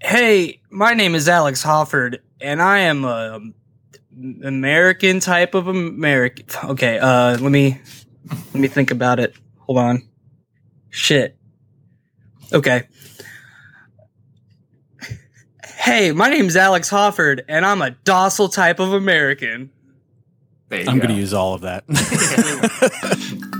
Hey, my name is Alex Hofford, and I am a American type of American. Okay, uh, let me let me think about it. Hold on. Shit. Okay. Hey, my name's Alex Hofford, and I'm a docile type of American. There you I'm go. going to use all of that.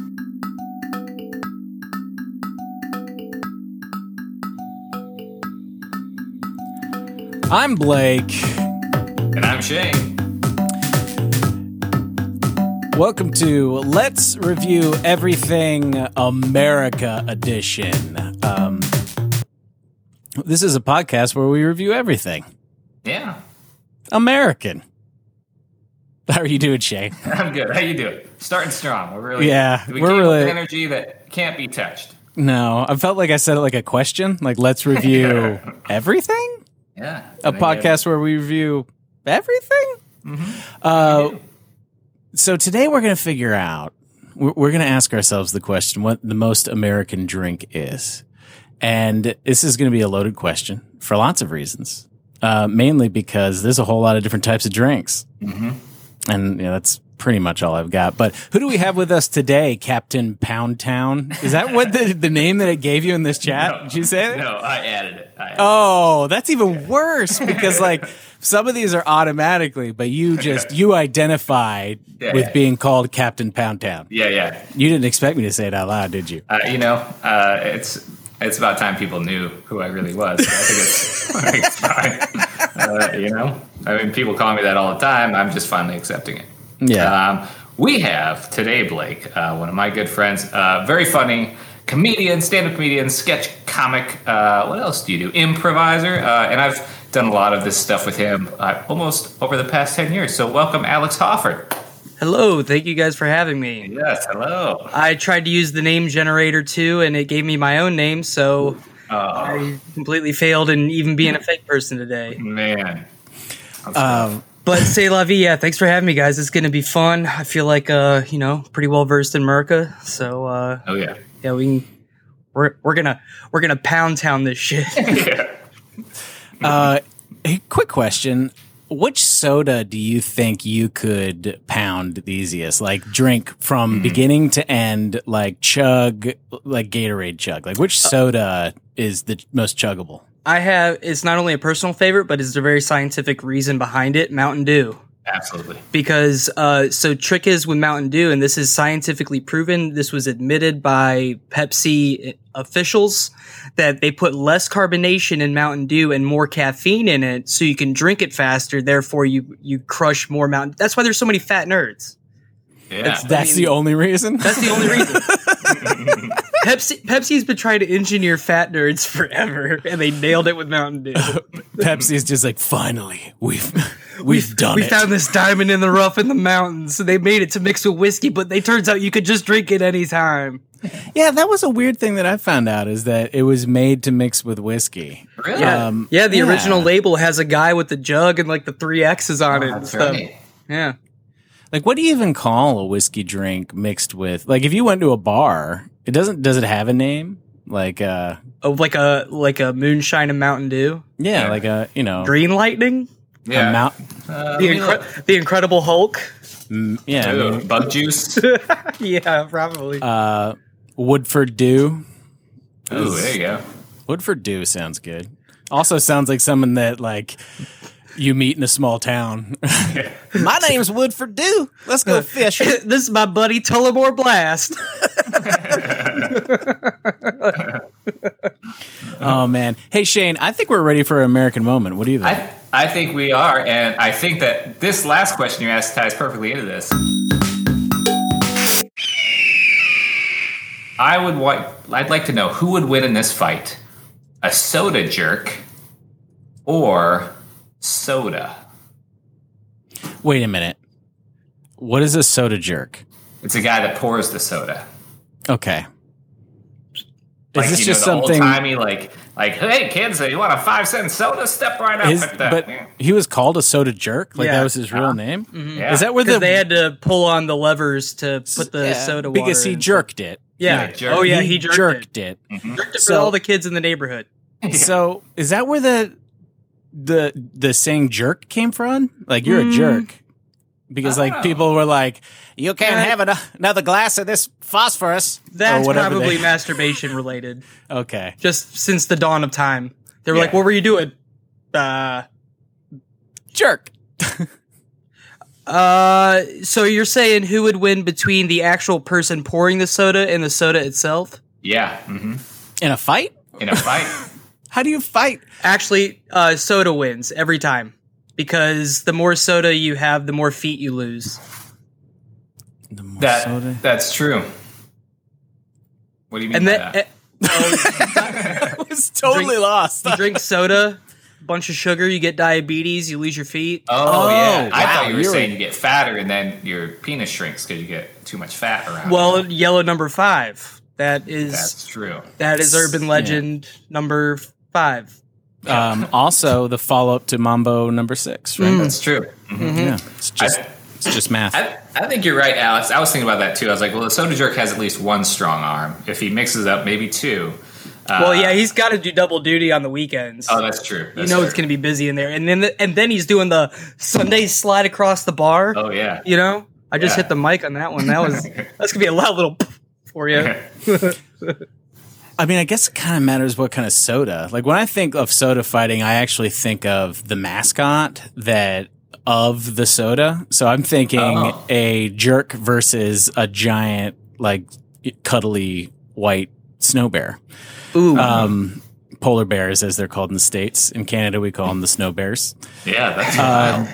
I'm Blake. And I'm Shane. Welcome to Let's Review Everything America Edition. Um, this is a podcast where we review everything Yeah, American. How are you doing, Shane? I'm good. How you doing? Starting strong. We're really Yeah, We we're came really- with energy that can't be touched. No, I felt like I said it like a question. Like, let's review everything? Yeah, a podcast where we review everything. Uh, so today we're going to figure out. We're, we're going to ask ourselves the question: what the most American drink is, and this is going to be a loaded question for lots of reasons. Uh, mainly because there's a whole lot of different types of drinks, and you know, that's pretty much all I've got. But who do we have with us today, Captain Pound Town? Is that what the, the name that it gave you in this chat? Did you say it? No, I added it. I added Oh, that's even worse because like some of these are automatically, but you just you identify Yeah, with yeah. being called Captain Pound Town. it. Yeah, yeah. You didn't expect me to say it out loud, did you? Uh, you know, uh, it's it's about time people knew who I really was. So I think it's, I think it's fine. Uh, you know, I mean, people call me that all the time. I'm just finally accepting it. Yeah. Um, we have today, Blake, uh, one of my good friends, uh, very funny comedian, stand up comedian, sketch comic. Uh, what else do you do? Improviser. Uh, and I've done a lot of this stuff with him uh, almost over the past 10 years. So welcome, Alex Hofford. Hello, thank you guys for having me. Yes, hello. I tried to use the name generator too, and it gave me my own name, so I completely failed in even being a fake person today. Man. Um, But say la vie, yeah. Thanks for having me, guys. It's going to be fun. I feel like uh, you know, pretty well versed in Merca, so uh, Oh, yeah. yeah, we can, we're we're gonna we're gonna pound town this shit. yeah. uh, hey, quick question: Which soda do you think you could pound the easiest? Like drink from beginning to end, like chug, like Gatorade chug. Like which soda is the most chuggable? I have it's not only a personal favorite, but it's a very scientific reason behind it. Mountain Dew. Absolutely. because uh, so trick is with Mountain Dew, and this is scientifically proven. This was admitted by Pepsi eh, officials that they put less carbonation in Mountain Dew and more caffeine in it, so you can drink it faster. Therefore, you you crush more Mountain. That's why there's so many fat nerds. Yeah. That's the only reason. That's the only reason. Pepsi Pepsi's been trying to engineer fat nerds forever, and they nailed it with Mountain Dew. Pepsi's just like, finally, we've we've done we it. found this diamond in the rough in the mountains. So they made it to mix with whiskey, but they turns out you could just drink it anytime. yeah, that was a weird thing that I found out is that it was made to mix with whiskey. Really? Yeah, Um, yeah. The original yeah. label has a guy with the jug and like the three X's on it. and Oh, That's stuff. right. Yeah, Like, what do you even call a whiskey drink mixed with? Like, if you went to a bar, it doesn't does it have a name? Like, uh, oh, like a like a moonshine and Mountain Dew, yeah, Yeah. like a you know, Green Lightning, a Yeah. mount, the Uh, let me look. incre- the Incredible Hulk. mm, yeah, I Ooh, mean, bug juice. Yeah, probably. uh, Woodford Dew. Ooh, there you go. Woodford Dew sounds good. Also, sounds like someone that like you meet in a small town. My name's Woodford Dew. Let's go fish. this is my buddy Tullamore Blast. Oh man. Hey Shane, I think we're ready for an American moment. What do you think? I, I think we are, and I think that this last question you asked ties perfectly into this. I would want. I'd like to know who would win in this fight: a soda jerk or soda. Wait a minute. What is a soda jerk? It's a guy that pours the soda. Okay. Like, is this you just know, the something Timey, like, like, hey kids, you want a five cent soda? Step right up. his, at the, Mm. but he was called a soda jerk? Like Yeah. that was his real name? yeah. Is that where the Because they had to pull on the levers to put the Yeah, soda water. Because he in. jerked it. Yeah. Yeah, jerked. Oh yeah, he jerked, it. it. Jerked it for So- all the kids in the neighborhood. So is that where the the the saying jerk came from? Like you're a Mm. jerk. Because like Oh. people were like, you can't Right. have ano- another glass of this phosphorus. or That's whatever probably they- masturbation related. okay. Just since the dawn of time, they were like, Yeah. "What were you doing?" Uh, Jerk. uh. So you're saying who would win between the actual person pouring the soda and the soda itself? Yeah. hmm In a fight? In a fight. How do you fight? Actually, uh, soda wins every time because the more soda you have, the more feet you lose. The more that soda- that's true. What do you mean? And by that that? eh, I was totally Drink- lost. you drink soda, bunch of sugar, you get diabetes, you lose your feet. Oh, Oh, yeah, I wow, thought you were you're- saying you get fatter and then your penis shrinks because you get too much fat around. Well, yellow number five. That is that's true. that is urban Yeah. legend number five. um, also, the follow up to Mambo number six, hmm. right? That's true. Mhm. Yeah, it's just I- it's just math. I, I think you're right, Alex. I was thinking about that too. I was like, well, the soda jerk has at least one strong arm. If he mixes up, maybe two. Uh, Well, yeah, he's got to do double duty on the weekends. Oh, that's true. you That's know true. it's going to be busy in there, and then the, and then he's doing the Sunday slide across the bar. Oh yeah. You know, I just Yeah. hit the mic on that one. That was that's gonna be a loud little for you. I mean, I guess it kind of matters what kind of soda. Like when I think of soda fighting, I actually think of the mascot that of the soda. So I'm thinking Oh. a jerk versus a giant, like cuddly white snow bear. Ooh, Um, polar bears, as they're called in the states. In Canada, we call them the snow bears. yeah, that's Uh,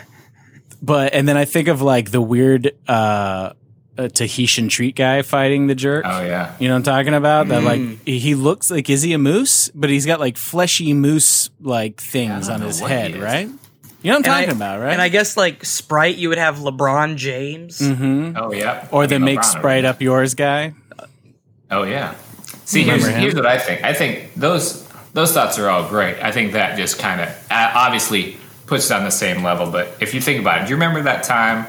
But and then I think of like the weird uh, uh, Tahitian treat guy fighting the jerk. Oh yeah. You know what I'm talking about? That Mm. like he he looks like is he a moose? But he's got like fleshy moose like things don't on know his what he head, is. right? You know what I'm And I- talking about, right? And I guess like Sprite, you would have LeBron James. Mm-hmm. Oh yeah. or I the mean, make LeBron over Sprite up yours guy. Oh yeah. See, here's, Remember him? here's what I think. I think those those thoughts are all great. I think that just kind of obviously puts it on the same level. But if you think about it, do you remember that time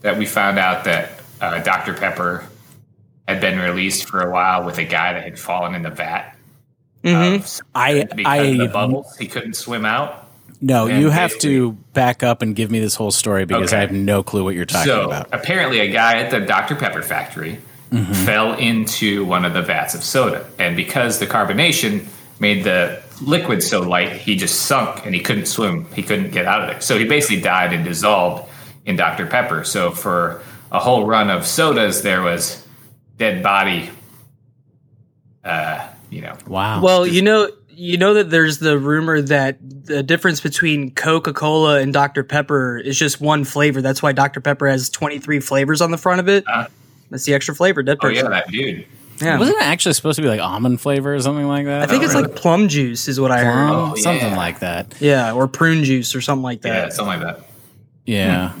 that we found out that uh, Dr. Pepper had been released for a while with a guy that had fallen in the vat of- I because of the Mm-hmm. I bubbles he couldn't swim out? no, and you have basically- to back up and give me this whole story because Okay. I have no clue what you're talking so about. apparently, a guy at the Dr. Pepper factory fell into one of the vats of soda, and because the carbonation made the liquid so light, he just sunk and he couldn't swim. He couldn't get out of there, so he basically died and dissolved in Dr. Pepper. So for a whole run of sodas, there was dead body. Uh, you know, Wow. Well, you know, you know that there's the rumor that the difference between Coca Cola and Dr Pepper is just one flavor. That's why Dr Pepper has 23 flavors on the front of it. Uh-huh. That's the extra flavor. Dead oh yeah, person. that dude. Ah. yeah. wasn't it actually supposed to be like almond flavor or something like that? I think it's really? like plum juice is what I heard. Oh, something yeah. like that. Yeah, or prune juice or something like Yeah, that. something like that. Yeah. Hmm.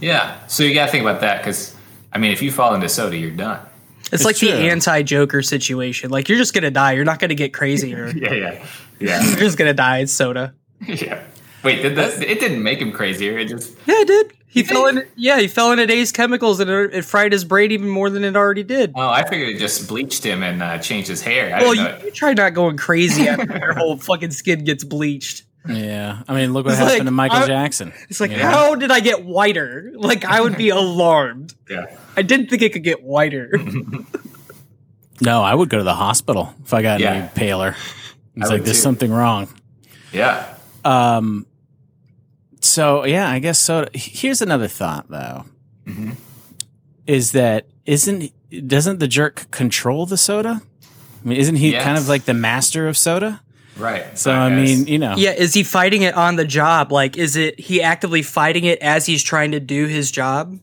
Yeah, so you got to think about that because I mean, if you fall into soda, you're done. It's, like true. the anti-Joker situation. Like you're just gonna die. You're not gonna get crazier. Yeah, yeah, yeah, you're just gonna die. It's soda. yeah. Wait, did that? It didn't make him crazier. It just Yeah, it did. He fell think? in. Yeah, he fell into Ace Chemicals and it it fried his brain even more than it already did. oh, I figured it just bleached him and uh, changed his hair. I Well, didn't know you, you try not going crazy after your whole fucking skin gets bleached. Yeah. I mean, look what It's happened like, to Michael I- Jackson. It's like, you know? how did I get whiter? Like, I would be alarmed. it. Yeah. I didn't think it could get whiter. No, I would go to the hospital if I got Yeah. any paler. It's would like there's too. something wrong. yeah, Um. So yeah, I guess so. Here's another thought though, Mm-hmm. is that isn't doesn't the jerk control the soda? I mean, isn't he Yes. kind of like the master of soda? right. So I guess. mean, you know, yeah, is he fighting it on the job? Like, is it he actively fighting it as he's trying to do his job?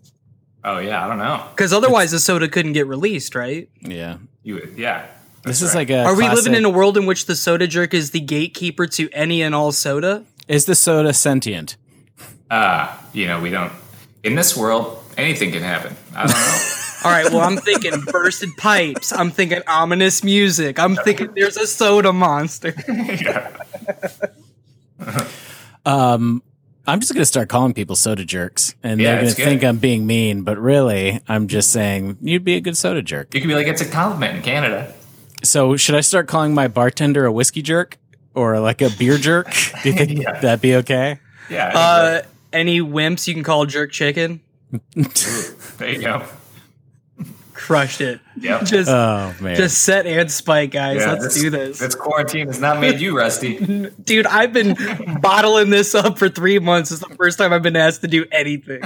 oh yeah, I don't know. Because otherwise, the soda couldn't get released, right? yeah. You would, yeah. This is right. like a. Are we living classic- in a world in which the soda jerk is the gatekeeper to any and all soda? Is the soda sentient? uh, you know, we don't in this world anything can happen. I don't know. All right, well, I'm thinking bursted pipes. I'm thinking ominous music. I'm thinking there's a soda monster. I'm just gonna start calling people soda jerks, and Yeah, they're gonna it's good. think I'm being mean, but really, I'm just saying you'd be a good soda jerk. you could be like, it's a compliment in Canada. So should I start calling my bartender a whiskey jerk? or like a beer jerk? Do you think Yeah. that'd be okay? Yeah. I Uh, any wimps you can call jerk chicken? think that- there you go. Crushed it. Yep. Just Oh man, just set and spike, guys. Yeah, Let's do this. This quarantine has not made you rusty. Dude, I've been bottling this up for three months. It's the first time I've been asked to do anything.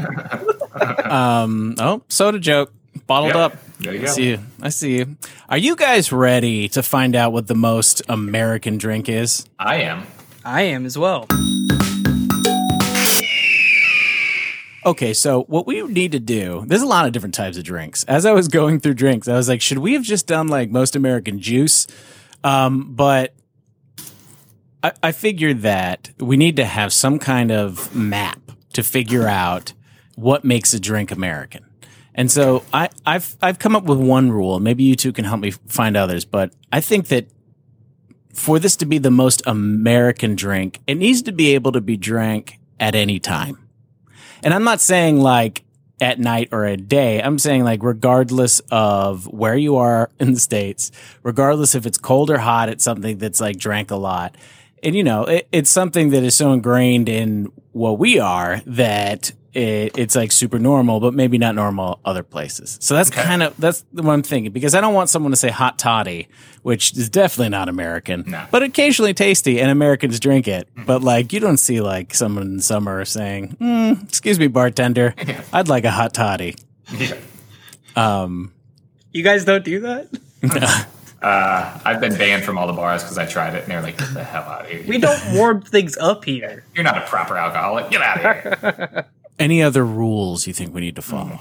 um, oh, soda joke bottled Yep. up. There you I go. see you. I see you. Are you guys ready to find out what the most American drink is? I am. I am as well. Okay, so what we need to do, there's a lot of different types of drinks. As I was going through drinks, I was like, should we have just done like most American juice? Um, but I, I figured that we need to have some kind of map to figure out what makes a drink American. And so I, I've I've come up with one rule. Maybe you two can help me find others, but I think that for this to be the most American drink, it needs to be able to be drank at any time. And I'm not saying like at night or at day. I'm saying like regardless of where you are in the states, regardless if it's cold or hot, it's something that's like drank a lot. And you know, it, it's something that is so ingrained in what we are that it, it's like super normal, but maybe not normal other places. So that's kind of that's what I'm thinking because I don't want someone to say hot toddy, which is definitely not American, No. but occasionally tasty, and Americans drink it. But like, you don't see like someone in summer saying, mm, "Excuse me, bartender, I'd like a hot toddy." Yeah. Um, You guys don't do that? Uh, I've been banned from all the bars because I tried it, and they're like, "Get the hell out of here! We don't warm things up here. You're not a proper alcoholic. Get out of here!" any other rules you think we need to follow?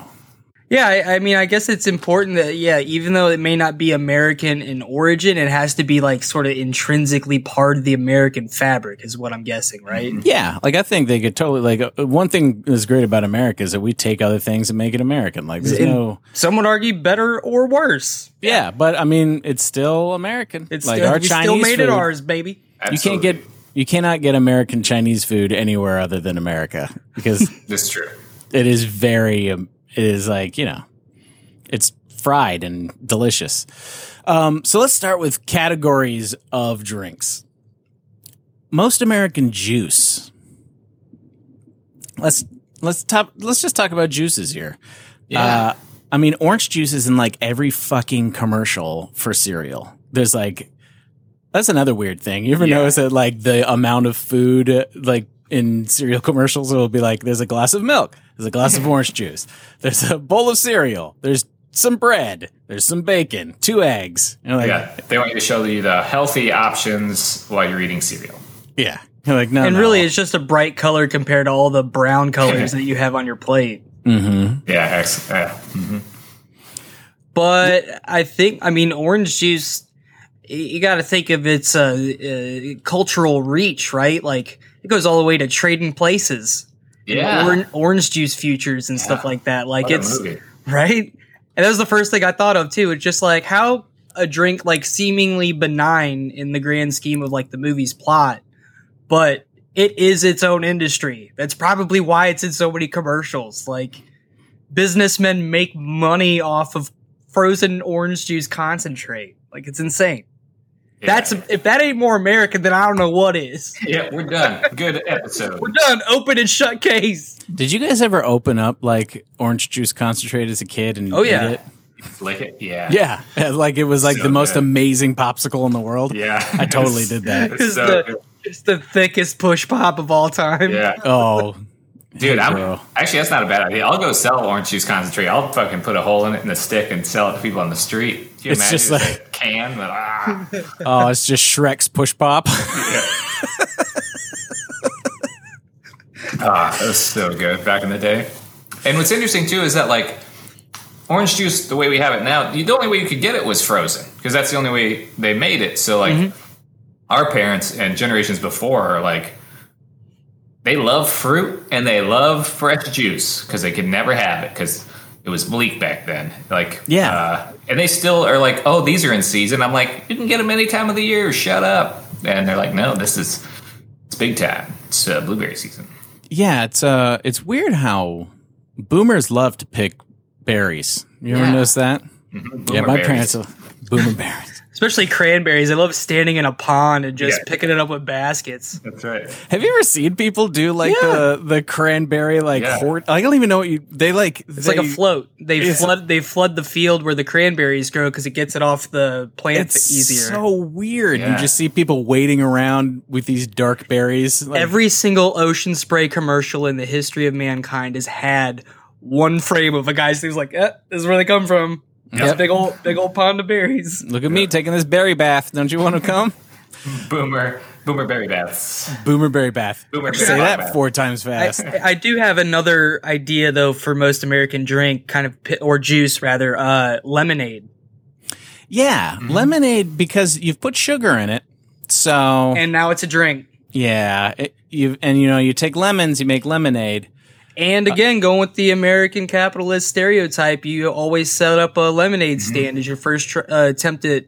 Yeah, I, I mean, I guess it's important that, yeah, even though it may not be American in origin, it has to be like sort of intrinsically part of the American fabric, is what I'm guessing, right? Yeah, like I think they could totally like uh, one thing that's great about America is that we take other things and make it American. Like there's In- no Some would argue better or worse. yeah, but I mean it's still American. It's like still, we still made it food- ours, baby. You can't Absolutely. get you cannot get American Chinese food anywhere other than America because This is true. it is very um, it is like you know it's fried and delicious um, so let's start with categories of drinks most american juice let's let's top let's just talk about juices here uh, i mean orange juice is in like every fucking commercial for cereal there's like that's another weird thing you ever Yeah. notice that like the amount of food uh, like in cereal commercials it'll be like there's a glass of milk there's a glass of orange juice there's a bowl of cereal there's some bread there's some bacon two eggs and like yeah, yeah, they want you to show you the healthy options while you're eating cereal. You're like no And no. really, it's just a bright color compared to all the brown colors that you have on your plate. Yeah, ex- uh, But I think, I mean, orange juice, y- you got to think of its uh, uh, cultural reach, right? Like, it goes all the way to trading places, yeah. Oran- orange juice futures and stuff Yeah. like that. Like, What a it's movie. right. And that was the first thing I thought of, too. It's just like how a drink, like, seemingly benign in the grand scheme of like the movie's plot, but it is its own industry. That's probably why it's in so many commercials. Like, businessmen make money off of frozen orange juice concentrate. Like it's insane. Yeah. That's if that ain't more American, then I don't know what is. yeah. We're done. Good episode. We're done. Open and shut case. did you guys ever open up like orange juice concentrate as a kid and Oh, eat yeah. it? Lick it. Yeah. yeah like it was like So the most good. amazing popsicle in the world Yeah. I totally did that. It's It's so the, good. it's the thickest push pop of all time. Yeah. oh Dude, I'm, Bro. actually, that's not a bad idea. I'll go sell orange juice concentrate. I'll fucking put a hole in it in the stick and sell it to people on the street. Can you It's imagine? just like- a can. But, ah. oh it's just shrek's push pop Ah, that was so good back in the day. And what's interesting too is that like orange juice, the way we have it now, the only way you could get it was frozen because that's the only way they made it. So like our parents and generations before are like they love fruit and they love fresh juice because they could never have it because it was bleak back then. Like Yeah. uh, and they still are like, oh, these are in season. I'm like, you can get them any time of the year. Shut up. And they're like, no, this is it's big time. It's uh, blueberry season. Yeah, it's uh, it's weird how boomers love to pick berries. You ever Yeah. notice that? yeah, Boomer my berries. parents, boomer berries. especially cranberries. I love standing in a pond and just Yeah. picking it up with baskets. That's right. Have you ever seen people do like Yeah. the the cranberry like Yeah. hort? I don't even know what you they like. It's like a float. They It's- flood. They flood the field where the cranberries grow because it gets it off the plant It's easier. so weird. You Yeah. just see people waiting around with these dark berries. Like, Every single ocean spray commercial in the history of mankind has had one frame of a guy's who's like, eh, "This is where they come from." This Yep. Big old, big old pond of berries. look at me taking this berry bath. Don't you want to come? Boomer, boomer berry baths. Boomer berry bath. Boomer Say berry that bath. four times I, fast. I do have another idea though for most American drink, kind of pi- or juice rather, uh, lemonade. yeah, lemonade because you've put sugar in it. So And now it's a drink. yeah, it, you and you know you take lemons, you make lemonade. And Uh, again, going with the American capitalist stereotype, you always set up a lemonade Mm-hmm. stand as your first tr- uh, attempt at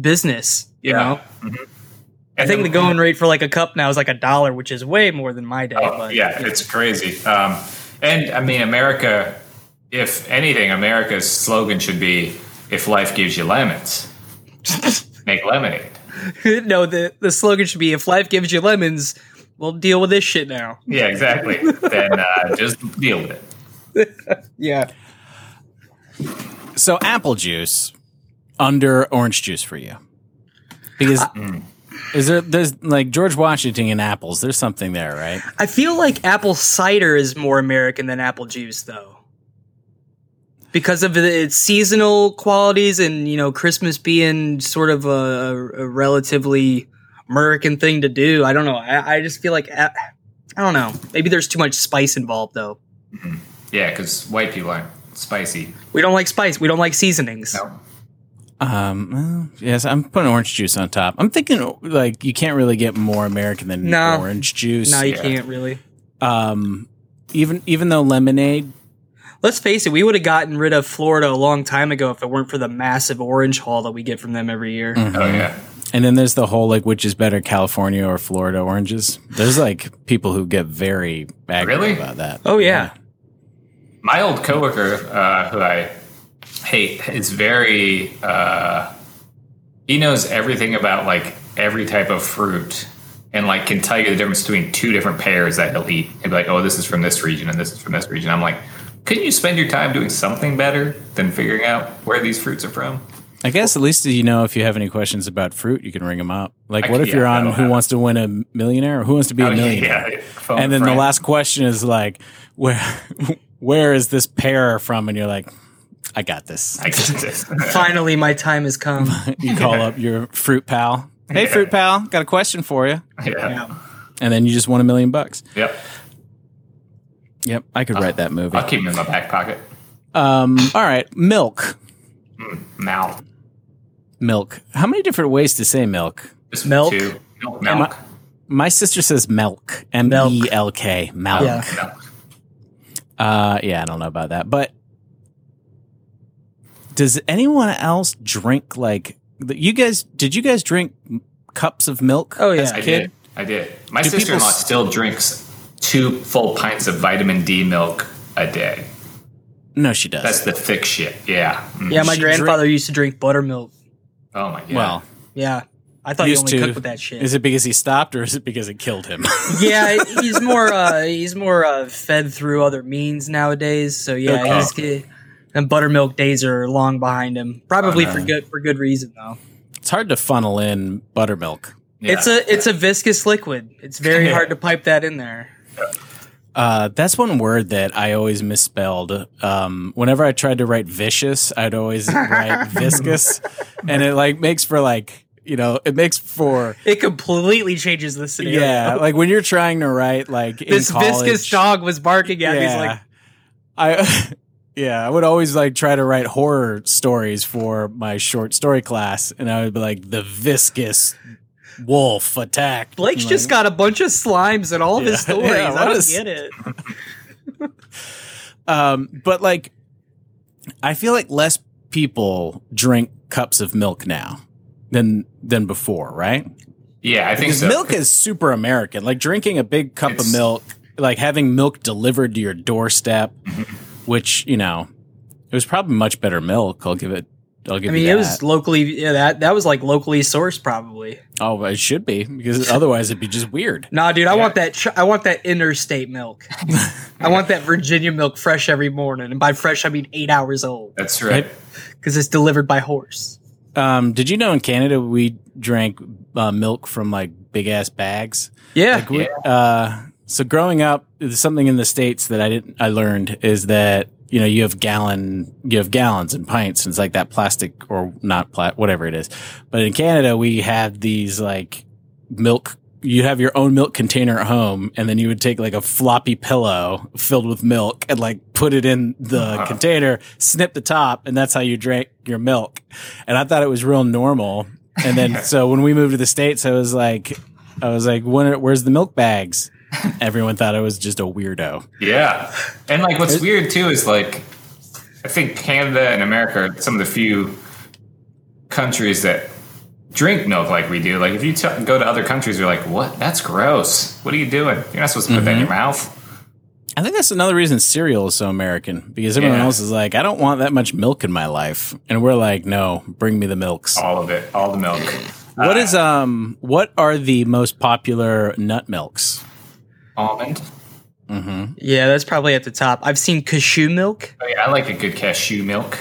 business. You know, Mm-hmm. I think the going rate for like a cup now is like a dollar, which is way more than my day. Oh, but yeah, it's crazy. Um, and I mean, America, if anything, America's slogan should be if life gives you lemons, make lemonade. no, the the slogan should be if life gives you lemons, we'll deal with this shit now. Yeah, exactly. then uh, just deal with it. Yeah. So apple juice under orange juice for you. Because Uh, mm. is there there's like George Washington and apples, there's something there, right? I feel like apple cider is more American than apple juice though. Because of the- its seasonal qualities and, you know, Christmas being sort of a, a relatively American thing to do. I don't know. I, I just feel like, a- I don't know. Maybe there's too much spice involved though. Yeah, because white people aren't spicy. We don't like spice. We don't like seasonings. No. Um well, yes, I'm putting orange juice on top. I'm thinking like you can't really get more American than No. orange juice. No, you Yeah. can't really. Um even even though lemonade Let's face it, we would have gotten rid of Florida a long time ago if it weren't for the massive orange haul that we get from them every year. Oh, yeah. and then there's the whole like which is better California or Florida oranges. There's like people who get very angry Really? about that. Oh, yeah. My old coworker, uh, who I hate, is very. Uh, he knows everything about like every type of fruit, and like can tell you the difference between two different pears that he'll eat. He'll be like, "Oh, this is from this region, and this is from this region." I'm like, couldn't you spend your time doing something better than figuring out where these fruits are from? I guess at least you know if you have any questions about fruit, you can ring them up. Like, I what could- if you're yeah, on that'll Who Wants to Win a Millionaire or Who Wants to Be a Oh, Millionaire? phone And then the friend. last question is like, where where is this pair from? And you're like, I got this. I get this. Finally, my time has come. You call up your fruit pal. Hey, fruit pal, got a question for you. yeah. And then you just won a million bucks. Yep. Yep, I could write that movie. I'll keep them in my back pocket. Um, all right, milk, Mal. milk. How many different ways to say milk? Just Milk? two. Milk. Am Milk. My sister says milk, M E L K, milk. Yeah. milk. Uh, yeah, I don't know about that, but does anyone else drink like th- you guys? Did you guys drink m- cups of milk? Oh, yeah. as a I kid. did. I did. My Do people sister in law s- still drinks two full pints of vitamin D milk a day. No, she does. That's the thick shit. Yeah. Mm. Yeah, my She grandfather used to drink buttermilk. Oh my god. well, Yeah. I thought he used only to. cooked with that shit. Is it because he stopped, or is it because it killed him? yeah, he's more uh he's more uh fed through other means nowadays. So yeah, Okay. he's he's and buttermilk days are long behind him. Probably Oh, for no. good for good reason though. it's hard to funnel in buttermilk. Yeah. It's a it's a viscous liquid. It's very hard to pipe that in there. Uh, that's one word that I always misspelled. Um, whenever I tried to write vicious, I'd always write viscous, and it like makes for like you know it makes for It completely changes the scenario. Yeah, like when you're trying to write like in this college, viscous dog was barking at Yeah, me. He's like, I. Yeah, I would always like try to write horror stories for my short story class, and I would be like the viscous wolf attacked. Blake's And, just like, got a bunch of slimes in all of his Yeah, stories. yeah, I what don't is- get it. Um, but like, I feel like less people drink cups of milk now than than before, right? yeah, I think Because so. milk is super American. Like drinking a big cup of It's- milk, like having milk delivered to Mm-hmm. your doorstep, which, you know, it was probably much better milk. I'll give it I'll give I mean, you that. it was locally. Yeah, that that was like locally sourced, probably. oh, it should be because otherwise it'd be just weird. Nah, dude, I Yeah. want that. Ch- I want that interstate milk. I want that Virginia milk fresh every morning, and by fresh I mean eight hours old That's right. Right. because it's delivered by horse. Um, did you know in Canada we drank uh, milk from like big ass bags? Yeah, Like we, uh, so growing up, there's something in the states that I didn't I learned is that you know you have gallon you have gallons and pints and it's like that plastic or not plat whatever it is. But in Canada, we have these like milk. You have your own milk container at home, and then you would take like a floppy pillow filled with milk and like put it in the Wow. container, snip the top, and that's how you drank your milk. And I thought it was real normal. And then so when we moved to the states, I was like, I was like, when are, where's the milk bags? Everyone thought I was just a weirdo. Yeah. And like what's weird too is like I think Canada and America are some of the few countries that drink milk like we do. Like if you t- go to other countries you're like, "What? That's gross. What are you doing? You're not supposed to put that in Mm-hmm. your mouth." I think that's another reason cereal is so American because everyone Yeah. else is like, I don't want that much milk in my life, and we're like, no, bring me the milks. All of it, all the milk. What is Uh, um? What are the most popular nut milks? Almond. yeah, that's probably at the top. I've seen cashew milk. Oh, yeah, I like a good cashew milk.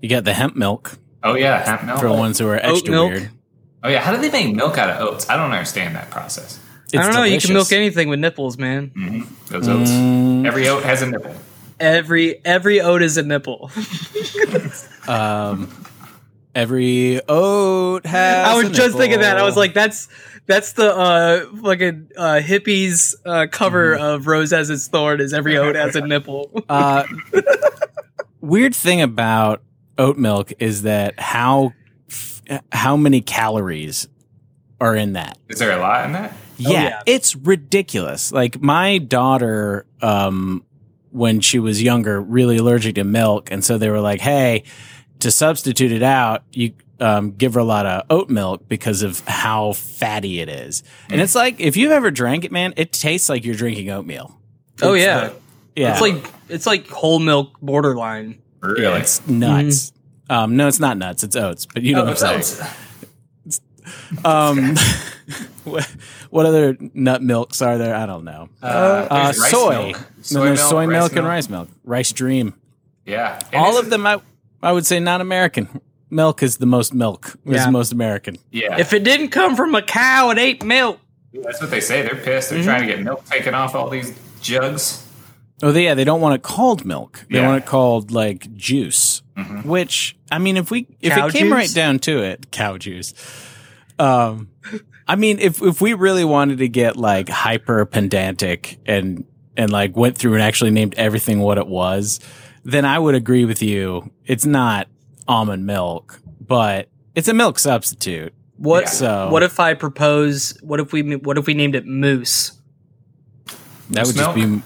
You got the hemp milk Oh yeah, hemp milk. for ones who are extra milk. weird. Oh yeah, how do they make milk out of oats? I don't understand that process. It's I don't know. You delicious. Mm. can milk anything with nipples, man. Those oats. Every oat has a nipple. Every every oat is a nipple. Every oat has. I a was just nipple. thinking that. I was like, that's that's the uh fucking uh hippies uh cover Mm-hmm. of Rose has its thorn is every oat has a nipple. Uh, weird thing about oat milk is that how how many calories are in that? Is there a lot in that? Yeah, Oh, yeah. it's ridiculous. Like my daughter, um, when she was younger, really allergic to milk, and so they were like, "Hey, to substitute it out, you." Um, give her a lot of oat milk because of how fatty it is. And it's like, if you've ever drank it, man, it tastes like you're drinking oatmeal. oh yeah. Yeah. It's like it's like whole milk borderline. Really? Yeah, it's nuts. Um, no, it's not nuts. It's oats. But you know Mm-hmm. Oh, what it's I'm oats. saying. Um, what, what other nut milks are there? I don't know. Uh, there's rice soy. milk. No, there's soy milk and milk. rice milk. Rice Dream. Yeah, It All is- of them. I I would say not American. Milk is the most milk. Is Yeah. the most American. Yeah, If it didn't come from a cow, it ate milk. that's what they say. They're pissed. Mm-hmm. They're trying to get milk taken off all these jugs. Oh, they, yeah. They don't want it called milk. They Yeah. Mm-hmm. want it called like juice. Which I mean, if we if Cow it came juice? right down to it, cow juice. Um, I mean, if if we really wanted to get like hyper pedantic and and like went through and actually named everything what it was, then I would agree with you. It's not almond milk, but it's a milk substitute. What Yeah. So- what if I propose what if we what if we named it moose? That Moose would just milk? be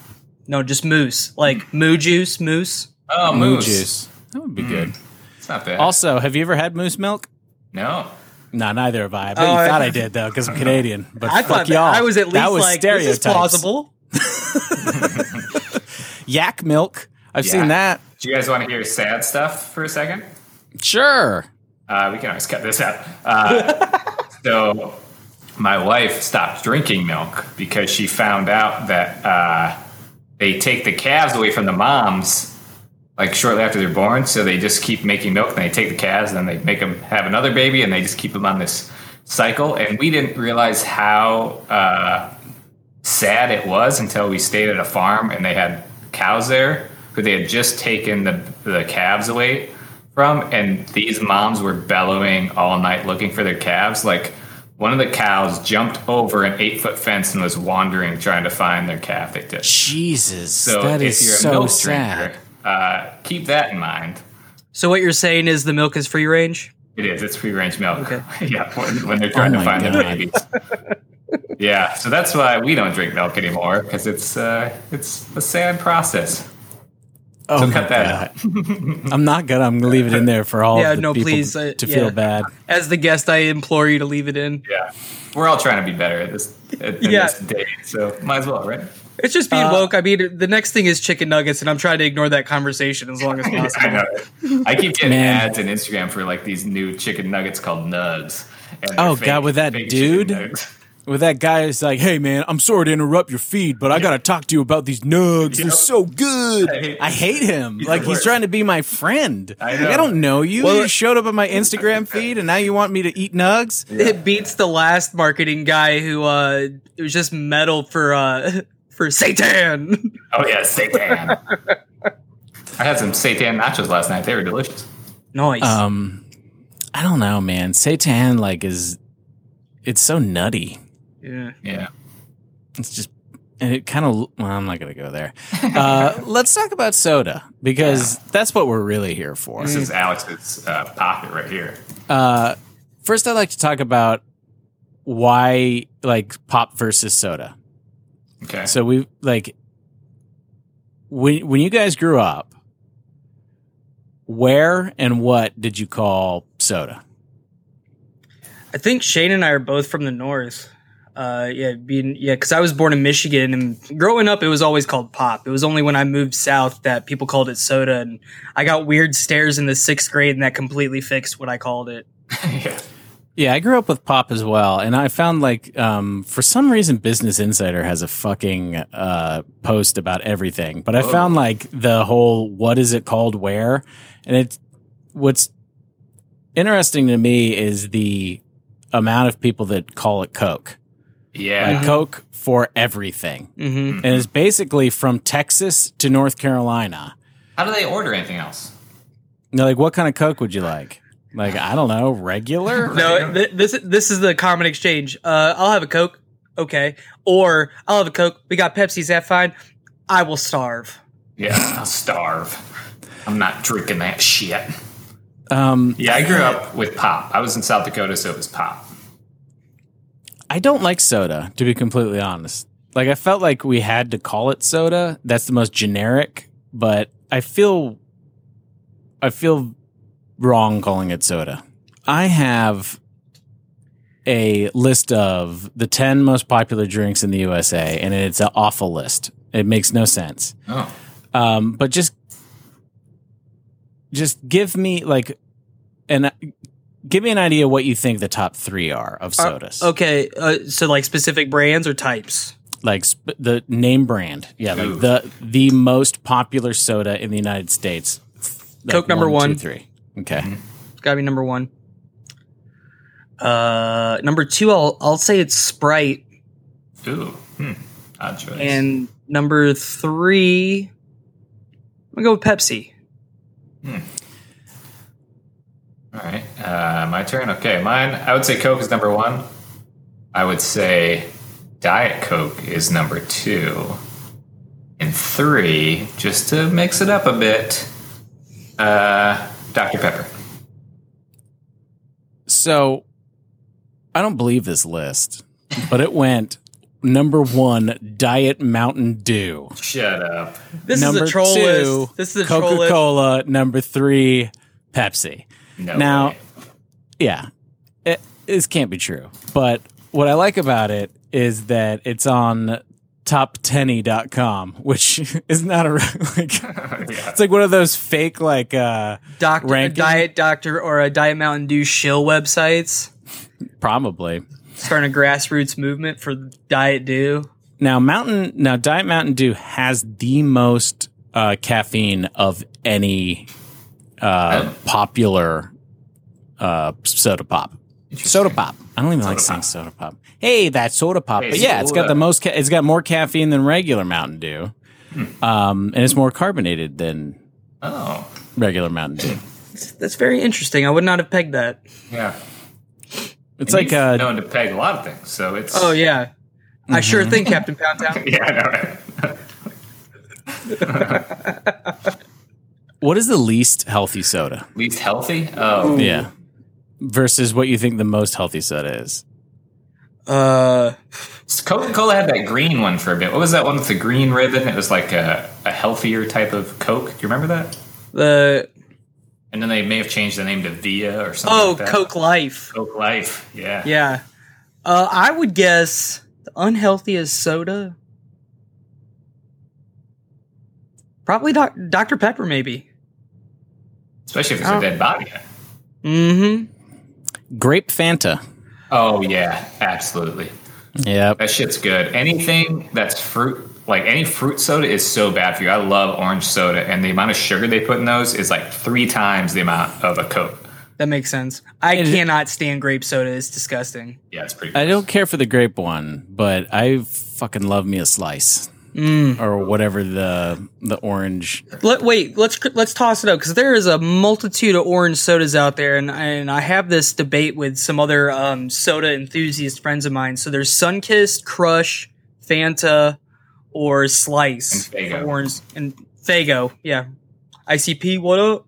No, just moose. Like moo juice, moose. Oh, moo moose. Hmm. juice. That would be good. It's not bad. Also, have you ever had moose milk? no. No, neither have I. But you Oh, I- thought I did though, because I'm Canadian. But I fuck thought that- y'all. I was at least that was like this stereotypes. is plausible. Yak milk. I've seen that. Do you guys want to hear sad stuff for a second? Sure. Uh, we can always cut this out. Uh, so, my wife stopped drinking milk because she found out that uh, they take the calves away from the moms like shortly after they're born. So they just keep making milk, and they take the calves, and then they make them have another baby, and they just keep them on this cycle. And we didn't realize how uh, sad it was until we stayed at a farm, and they had cows there who they had just taken the the calves away from, and these moms were bellowing all night looking for their calves, like. One of the cows jumped over an eight foot fence and was wandering trying to find their calf they took. Jesus, So that if is you're a so milk sad. drinker, uh, keep that in mind. So what you're saying is the milk is free range? It is. It's free range milk. Okay. yeah, when, when they're trying Oh my to find the God. babies. yeah, so that's why we don't drink milk anymore because it's uh, it's a sad process. Oh my cut that God. I'm not gonna. I'm gonna leave it in there for all. Yeah, of the no, people please, to, I- to yeah. feel bad. As the guest, I implore you to leave it in. Yeah, we're all trying to be better at this at, in Yeah. this day, so might as well, right? It's just Uh, being woke. I mean, the next thing is chicken nuggets, and I'm trying to ignore that conversation as long as possible. I know. I keep getting Man. ads on Instagram for like these new chicken nuggets called Nugs. and they're Oh, God, with that chicken dude? nugs. With that guy who's like, hey, man, I'm sorry to interrupt your feed, but I got to talk to you about these nugs. They're Yep. so good. I hate- I hate him. He's like, the he's worst. trying to be my friend. I Like, know. I don't know you. Well, you showed up on my Instagram feed, and now you want me to eat nugs? It beats the last marketing guy who uh, it was just metal for uh, for Satan. Oh yeah, seitan. I had some seitan nachos last night. They were delicious. Nice. Um, I don't know, man. Satan, like, is. It's so nutty. yeah. Yeah. It's just, and it kind of. Well, I'm not gonna go there. Uh, let's talk about soda because that's what we're really here for. This is Alex's uh, pocket right here. Uh, first, I'd like to talk about why like pop versus soda. Okay. So we like when when you guys grew up, where and what did you call soda? I think Shane and I are both from the north. Uh, yeah, being yeah, because I was born in Michigan, and growing up, it was always called pop. It was only when I moved south that people called it soda, and I got weird stares in the sixth grade, and that completely fixed what I called it. yeah. Yeah, I grew up with pop as well, and I found like um, for some reason Business Insider has a fucking uh, post about everything, but I Oh. found like the whole what is it called where, and it's what's interesting to me is the amount of people that call it Coke, Yeah. Uh-huh. like Coke for everything, Mm-hmm. and it's basically from Texas to North Carolina. How do they order anything else? And They're like, what kind of Coke would you like? Like I don't know, regular. No, th- this this is the common exchange. Uh, I'll have a coke, okay, or I'll have a coke. We got Pepsi. Is that fine? I will starve. Yeah. I'll starve. I'm not drinking that shit. Um, Yeah, I grew up with pop. I was in South Dakota, so it was pop. I don't like soda, to be completely honest. Like, I felt like we had to call it soda. That's the most generic, but I feel, I feel wrong calling it soda. I have a list of the 10 most popular drinks in the USA, and it's an awful list. It makes no sense. Oh. Um, but just, just give me like, an, give me an idea what you think the top three are of Are- sodas Okay, uh, so like specific brands or types. like sp- the name brand. Yeah, like Ooh. the the most popular soda in the United States. Like Coke number two, one. Mm-hmm. three. Okay. Got to be number one. Uh, number two, I'll I'll say it's Sprite, Ooh. Hmm. Odd choice. and number three, I'm gonna go with Pepsi. All right. Uh, my turn. Okay. Mine, I would say Coke is number one. I would say Diet Coke is number two. And three, just to mix it up a bit, uh, Dr. Pepper. So I don't believe this list, but it went number one Diet Mountain Dew. Shut up. This number is a troll two, list. This is a troll Coca list. Cola. Number three, Pepsi. No. Now- way. Yeah. It, this can't be true. But what I like about it is that it's on top10y.com, which is not a like Yeah. it's like one of those fake like uh Doctor, ranking? diet doctor, or a Diet Mountain Dew shill websites. probably. starting a grassroots movement for diet dew. Now Mountain now Diet Mountain Dew has the most uh caffeine of any uh popular uh soda pop. Soda pop. I don't even like saying soda pop. Hey, that's soda pop. Hey, but yeah, it's got the soda. most. Ca- it's got more caffeine than regular Mountain Dew, um, and it's more carbonated than Oh. regular Mountain Dew. That's very interesting. I would not have pegged that. Yeah. It's And like you've uh, known to peg a lot of things, so it's. Oh yeah, I sure think Captain Pound Town. Yeah, I know, right? what is the least healthy soda? Least healthy? Oh. Yeah, versus what you think the most healthy soda is. Uh, Coca Cola had that green one for a bit. What was that one with the green ribbon? It was like a, a healthier type of Coke. Do you remember that? the And then they may have changed the name to Via or something. oh like that. Coke Life. Coke Life. Yeah. Yeah, uh, I would guess. the unhealthiest soda? Probably doc- Dr. Pepper, maybe. Especially if it's a Oh. dead body. Mm hmm. Grape Fanta. Oh yeah, absolutely. Yep. That shit's good. Anything that's fruit, like any fruit soda, is so bad for you. I love orange soda, and the amount of sugar they put in those is like three times the amount of a Coke. That makes sense. I It- cannot stand grape soda. It's disgusting. Yeah, it's pretty. I Gross. don't care for the grape one, but I fucking love me a slice or whatever the the orange. Let, wait, let's let's toss it up because there is a multitude of orange sodas out there, and and I have this debate with some other um, soda enthusiast friends of mine. So there's Sunkist, Crush, Fanta, or Slice, And Faygo. for orange and Fago. Yeah, ICP. What up?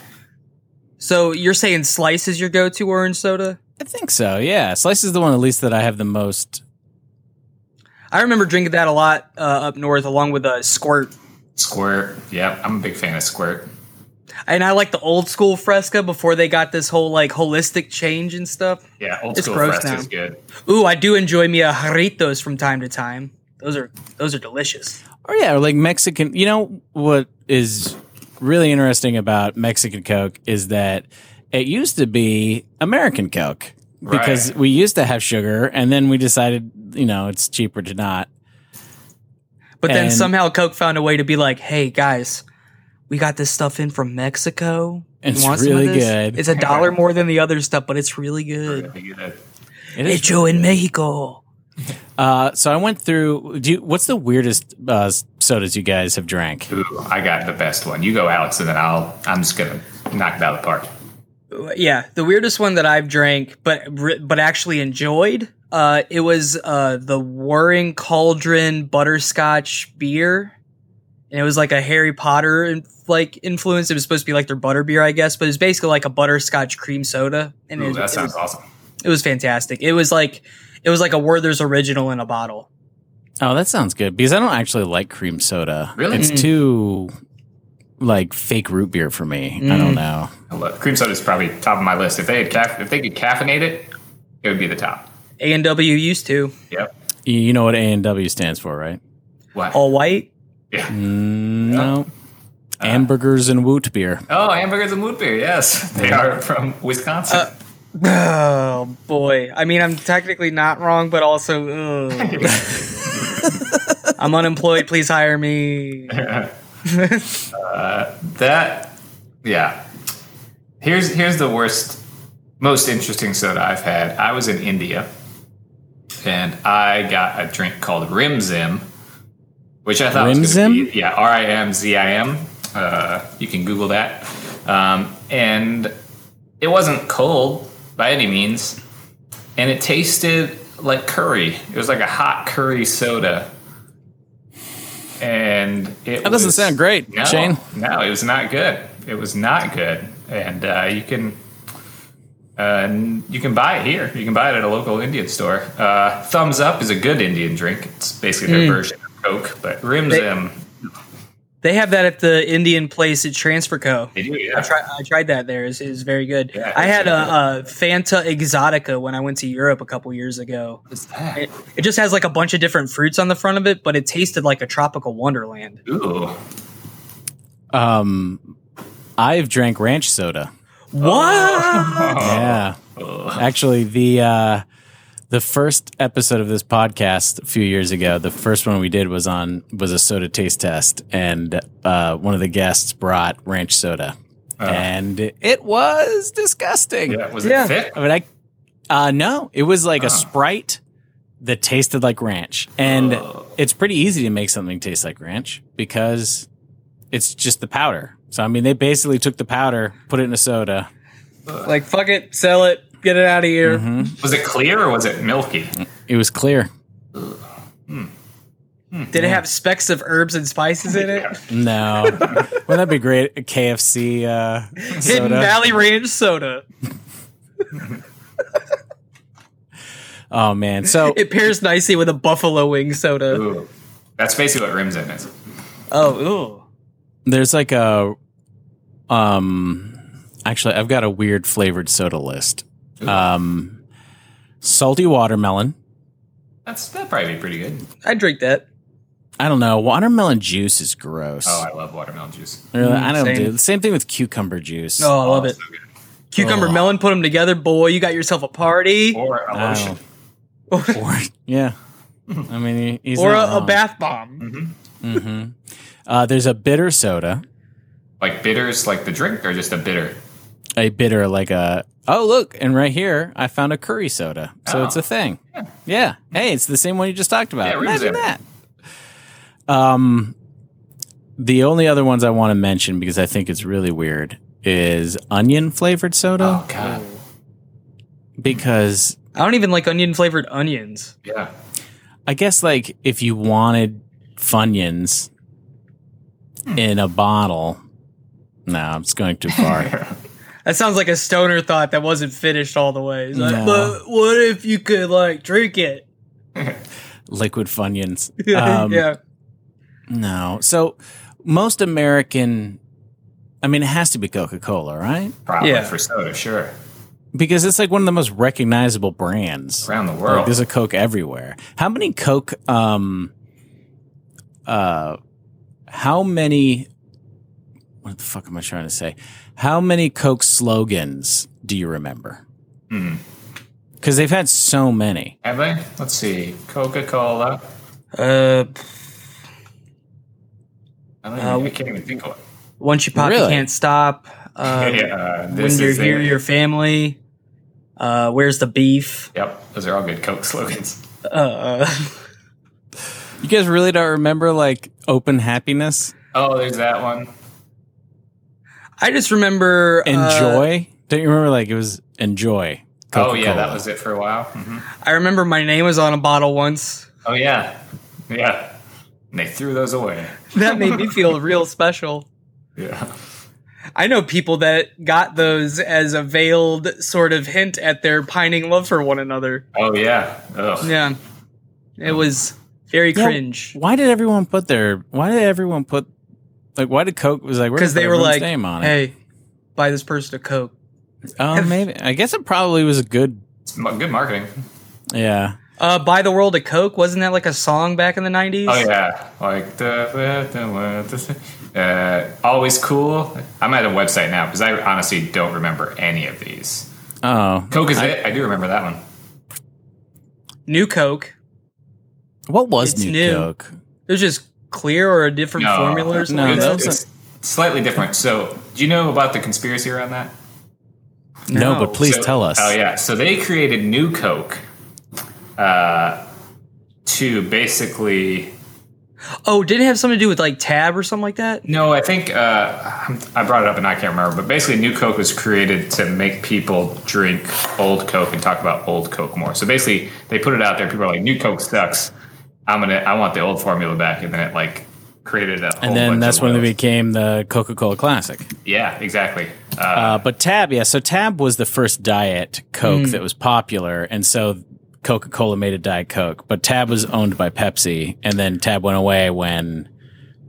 so you're saying Slice is your go-to orange soda? I think so. Yeah, slice is the one at least that I have the most. I remember drinking that a lot uh, up north, along with a Squirt. Squirt. Yeah, I'm a big fan of Squirt. And I like the old school Fresca before they got this whole like holistic change and stuff. Yeah, old It's school gross Fresca is now. good. Ooh, I do enjoy me a jarritos from time to time. Those are those are delicious. Or yeah, or like Mexican. You know what is really interesting about Mexican Coke is that it used to be American Coke because Right. we used to have sugar, and then we decided you know it's cheaper to not. But then And- somehow Coke found a way to be like, "Hey guys, we got this stuff in from Mexico. You It's want some of really this? good." It's a dollar more than the other stuff, but it's really good. You get it. It is Hecho en Mexico. Uh, so I went through. Do you, what's the weirdest uh, sodas you guys have drank? Ooh, I got the best one. You go, Alex, and then I'll. I'm just gonna knock it out of the park. Yeah, the weirdest one that I've drank, but but actually enjoyed. Uh, it was uh, the Warring Cauldron Butterscotch beer, and it was like a Harry Potter in, like influence. It was supposed to be like their butter beer, I guess, but it was basically like a butterscotch cream soda, and Ooh, it, that it, sounds was, awesome. it was fantastic. It was like it was like a Werther's original in a bottle. Oh, that sounds good because I don't actually like cream soda. Really? Mm. It's too like fake root beer for me. I Mm. don't know. I love cream soda is probably top of my list. If they had caf- if they could caffeinate it, it would be the top. A and W used to Yep. You, you know what A and W stands for, right? What? all white. Yeah. Uh, Mm, no. Hamburgers and Woot beer. Oh, hamburgers and root beer. Yes, they are from Wisconsin. Oh boy! I mean, I'm technically not wrong, but also ugh. I'm unemployed. Please hire me. that, yeah. Here's here's the worst, most interesting soda I've had. I was in India, and I got a drink called Rimzim, which I thought was gonna Rimzim? be- yeah, R I M Z I M. Uh, You can Google that, um, and it wasn't cold by any means, and it tasted like curry. It was like a hot curry soda. And it That doesn't was- sound great, no, Shane. No, it was not good. It was not good. And uh, you can uh, n- you can buy it here. You can buy it at a local Indian store. Uh, Thumbs Up is a good Indian drink. It's basically Mm. their version of Coke, but Rim They- Zim, They have that at the Indian place at Transfer Co. they do. I Yeah. tried, I tried that there. It's, it's very good. Yeah, I had a, it's a Fanta Exotica when I went to Europe a couple years ago. What's that? It, it just has like a bunch of different fruits on the front of it, but it tasted like a tropical wonderland. Ooh, Um, I've drank ranch soda. Oh. What? Yeah. Actually, the uh, the first episode of this podcast a few years ago, the first one we did was on was a soda taste test, and uh, one of the guests brought ranch soda, and it was disgusting. Uh. yeah. Was Yeah. it thick? I mean, I uh, no, it was Ah. like a Sprite that tasted like ranch, and Oh. it's pretty easy to make something taste like ranch because it's just the powder. So I mean, they basically took the powder, put it in a soda. like fuck it, sell it, get it out of here. Was it clear or was it milky? It was clear. Did it Mm-hmm. have specks of herbs and spices in it? No. Wouldn't that be great? A KFC uh, Hidden soda. Valley Ranch soda. Oh man. So It pairs nicely with a buffalo wing soda. Ooh, that's basically what Rim Zim is. Oh, there's like a um actually I've got a weird flavored soda list. Um salty watermelon, That's that'd probably be pretty good. I drink that. I don't know. Watermelon juice is gross. Oh, I love watermelon juice. Really, Uh, I don't same. do the same thing with cucumber juice. Oh, I love it. So good. Cucumber Oh. melon, put them together, boy. You got yourself a party or, Or a I lotion. don't- or yeah. I mean, he- he's a, not a wrong. bath bomb. Uh, there's a bitter soda, Like bitters, like the drink, or just a bitter? a bitter like a. Oh look, and right here I found a curry soda. So Oh. it's a thing. Yeah. Hey, it's the same one you just talked about. Yeah, we was Imagine there. that. Um, the only other ones I want to mention because I think it's really weird is onion flavored soda Oh, God. because I don't even like onion flavored onions. Yeah. I guess like if you wanted Funyuns in a bottle. No, I'm just going too far. That sounds like a stoner thought that wasn't finished all the way. It's like, No. But what if you could like drink it? Liquid Funyuns. Um, yeah. No. So most American, I mean, it has to be Coca Cola, right? Probably Yeah. for soda, sure. Because it's like one of the most recognizable brands. Around Uh, the Like, world. there's a Coke everywhere. How many Coke? Um. Uh, how many? What the fuck am I trying to say? How many Coke slogans do you remember? Mm-hmm. Because they've had so many. Have they? Let's see. Coca Cola. Uh, I, don't Uh, even- I can't even think of it. once you pop, you Really? can't stop. Uh, yeah, when this you're is the- here, your family. Uh, where's the beef? Yep, those are all good Coke slogans. Uh, You guys really don't remember like open happiness Oh, there's that one. I just remember uh, enjoy. don't you remember like it was enjoy? Oh, yeah, that Coca-Cola? was it for a while. hmm I remember my name was on a bottle once. Oh, yeah. Yeah. And they threw those away. That made me feel real special. Yeah. I know people that got those as a veiled sort of hint at their pining love for one another. Oh, yeah. Ugh. Yeah. It was very Yeah, cringe. Why did everyone put their? Why did everyone put? Like, why did Coke was like? we're Because gonna they put were everyone's like, name on it. hey, buy this person a Coke. Oh, maybe. I guess it probably was a good. It's m- good marketing. Yeah. Uh, buy the world a Coke? Wasn't that like a song back in the 90s? Oh, yeah. Like, the, the, the, world, the- uh, always cool. I'm at a website now because I honestly don't remember any of these. Oh, Coke is it. I do remember that one. New Coke. what was It's new, new. Coke? It was just clear or a different formula or something. No, like that that? it's, it's slightly different. So, do you know about the conspiracy around that? No, but please So- tell us. Oh yeah, so they created New Coke uh, to basically. Oh, didn't it have something to do with like Tab or something like that? No, I think uh, I'm- I brought it up and I can't remember, but basically New Coke was created to make people drink old Coke and talk about old Coke more. So basically, they put it out there. People are like, "New Coke sucks. I'm gonna. I want the old formula back." And then it like created a. Whole and then bunch that's of when it those. became the Coca Cola Classic. Yeah, exactly. Uh, Uh, but Tab, yeah. So Tab was the first diet Coke Hmm. that was popular, and so Coca Cola made a diet Coke. But Tab was owned by Pepsi, and then Tab went away when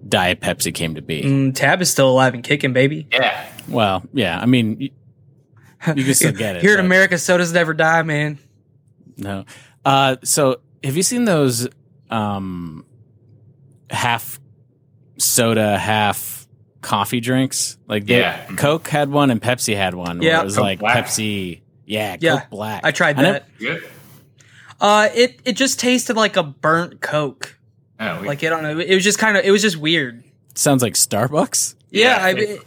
Diet Pepsi came to be. Mm, Tab is still alive and kicking, baby. yeah, Hmm. Well, yeah. I mean, you, you can still get it. Here in but- America, sodas never die, man. No. Uh, so have you seen those um, half soda, half coffee drinks? Like they- Yeah. Mm-hmm. Coke had one and Pepsi had one. where Yeah. it was Coke like Black. Pepsi. Yeah, Yeah, Coke Black. I tried never- that. good. Uh, it it just tasted like a burnt Coke. Oh, we, Like I don't know. It was just kind of. It was just weird. sounds like Starbucks. Yeah, Yeah, I, it-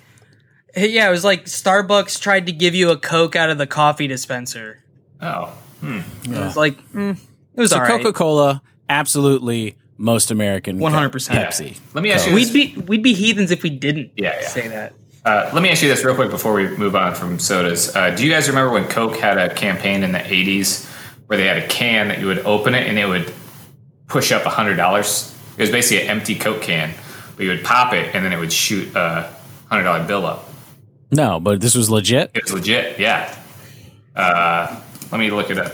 it- yeah. It was like Starbucks tried to give you a Coke out of the coffee dispenser. oh, hmm. It was like mm, it was So all right. Coca Cola, absolutely most American. Coke. 100%. Pepsi. Let me ask you. this- We'd be we'd be heathens if we didn't Yeah, yeah. say that. Uh, let me ask you this real quick before we move on from sodas. Uh, do you guys remember when Coke had a campaign in the 80s where they had a can that you would open it and it would push up $100? It was basically an empty Coke can, but you would pop it and then it would shoot a $100 bill up. No, but this was legit. It was legit, yeah. Uh, let me look it up.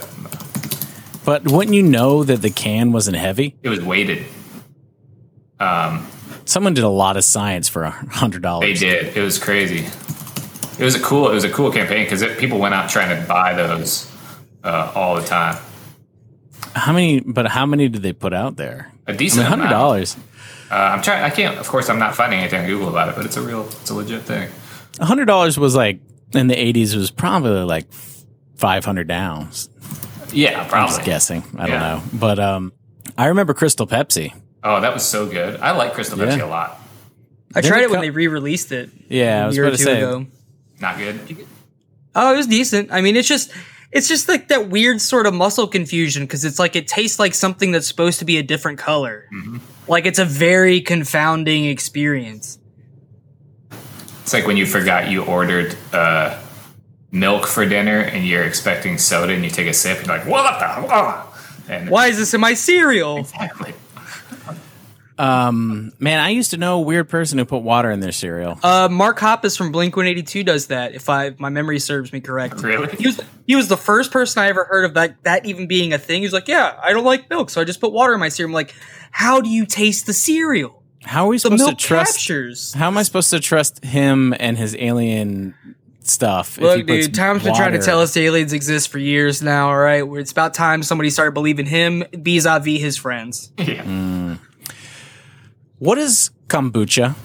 But wouldn't you know that the can wasn't heavy? It was weighted. Someone did a lot of science for a hundred They dollars. did. It was crazy. It was a cool. It was a cool campaign because people went out trying to buy those uh, all the time. How many? But how many did they put out there? A decent hundred amount. dollars. Uh, I'm trying. I can't. Of course, I'm not finding anything on Google about it, but it's a real, it's a legit thing. A hundred dollars was like in the eighties was probably like five hundred downs. Yeah, I'm just probably. guessing. I don't Yeah. know, but um, I remember Crystal Pepsi. Oh, that was so good. I like Crystal Yeah. Pepsi a lot. I Did tried it it when come- they re-released it. Yeah, I a was year about or to two say. ago. Not good. Oh, it was decent. I mean, it's just it's just like that weird sort of muscle confusion because it's like it tastes like something that's supposed to be a different color. Mm-hmm. Like it's a very confounding experience. It's like when you forgot you ordered uh, milk for dinner and you're expecting soda, and you take a sip, and you're like, "What the?" Oh. And Why is this in my cereal? Exactly. Man, I used to know a weird person who put water in their cereal. Uh, Mark Hoppus from Blink One Eighty Two does that. If I my memory serves me correct, Really? He was he was the first person I ever heard of that that even being a thing. He was like, "Yeah, I don't like milk, so I just put water in my cereal." I'm like, "How do you taste the cereal? how are we The supposed to milk trust? captures." How am I supposed to trust him and his alien stuff? if he Look, puts dude, Tom's been trying to water- tell us aliens exist for years now, all right? Where It's about time somebody started believing him vis a vis his friends. Yeah. what is kombucha.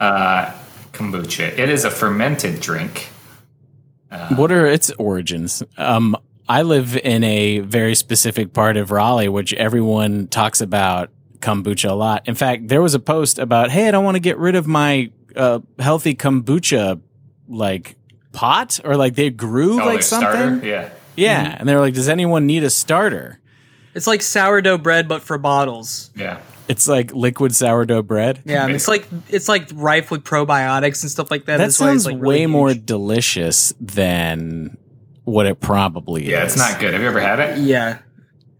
Uh, Kombucha. It is a fermented drink. What are its origins? Um, I live in a very specific part of Raleigh, which everyone talks about kombucha a lot. In fact, there was a post about, hey, I don't want to get rid of my uh, healthy kombucha like pot, or like they grew Oh, like their starter? something. Yeah. Yeah, and they were like, does anyone need a starter? It's like sourdough bread, but for bottles. Yeah. It's like liquid sourdough bread. Yeah, it's like it's like rife with probiotics and stuff like that. that That's why it's sounds like way really huge. more delicious than what it probably Yeah, is. it's not good. Have you ever had it? Yeah,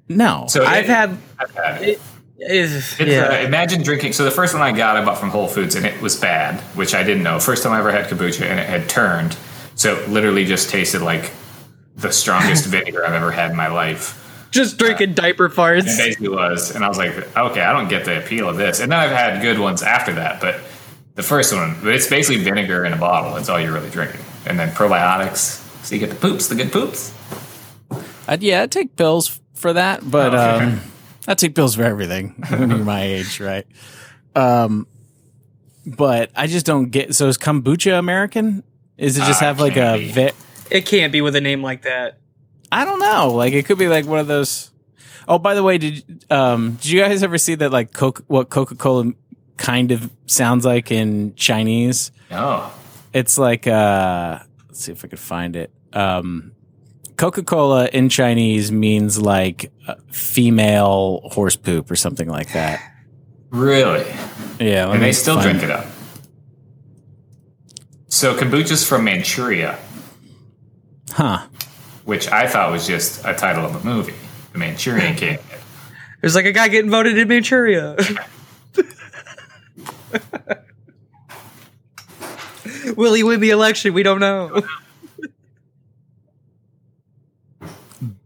No. So I've it- had. I've had it. It, it's, It's, yeah. uh, imagine drinking. So the first one I got, I bought from Whole Foods, and it was bad, which I didn't know. First time I ever had kombucha, and it had turned. So it literally just tasted like the strongest vinegar I've ever had in my life. just drinking diaper It farts. basically was, and I was like, okay, I don't get the appeal of this. And then I've had good ones after that, but the first one, but it's basically vinegar in a bottle. That's all you're really drinking, and then probiotics. So you get the poops, the good poops. I'd, yeah, I'd take pills f- for that, but Oh, Okay. um, I take pills for everything when you're my age, right? Um, but I just don't get. So is kombucha American? Is it just Uh, have like can't a? be. Ve- It can't be with a name like that. I don't know. Like it could be like one of those. Oh, by the way, did um did you guys ever see that like Coca what Coca Cola kind of sounds like in Chinese? Oh, It's like uh let's see if I could find it. Um Coca-Cola in Chinese means like uh, female horse poop or something like that. really? Yeah, let And me they still find- drink it up. So kombucha's from Manchuria, Huh. which I thought was just a title of a movie, The Hmm. Manchurian Candidate. There's like a guy getting voted in Manchuria. Will he win the election? We don't know.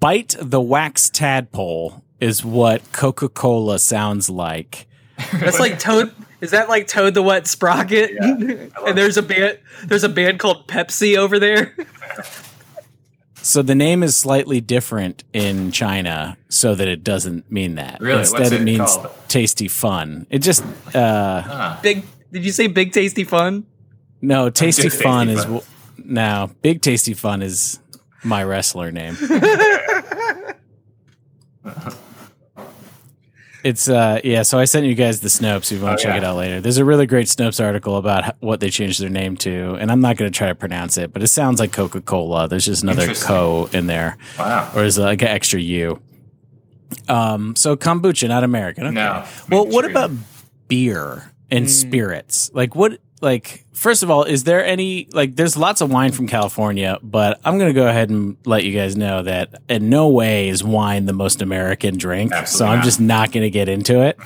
Bite the wax tadpole is what Coca-Cola sounds like. That's like Toad. Is that like Toad the Wet Sprocket? and there's a band. There's a band called Pepsi over there. So the name is slightly different in China, so that it doesn't mean that. Really? Instead, What's it, it means called? tasty fun. It just uh, Big. Did you say Big Tasty Fun? no tasty Tasty fun is Fun. wh- no big tasty fun is my wrestler name. it's uh yeah. So I sent you guys the Snopes. If you want to Oh, check yeah. it out later, there's a really great Snopes article about h- what they changed their name to, and I'm not going to try to pronounce it, but it sounds like Coca Cola. There's just another Interesting. co in there. Wow. or is it like an extra U? Um, so kombucha, not American. Okay. No. Well, what Manchurian. about beer and spirits? Like what? Like first of all, is there any like? There's lots of wine from California, but I'm gonna go ahead and let you guys know that in no way is wine the most American drink. so Absolutely I'm not. just not gonna get into it,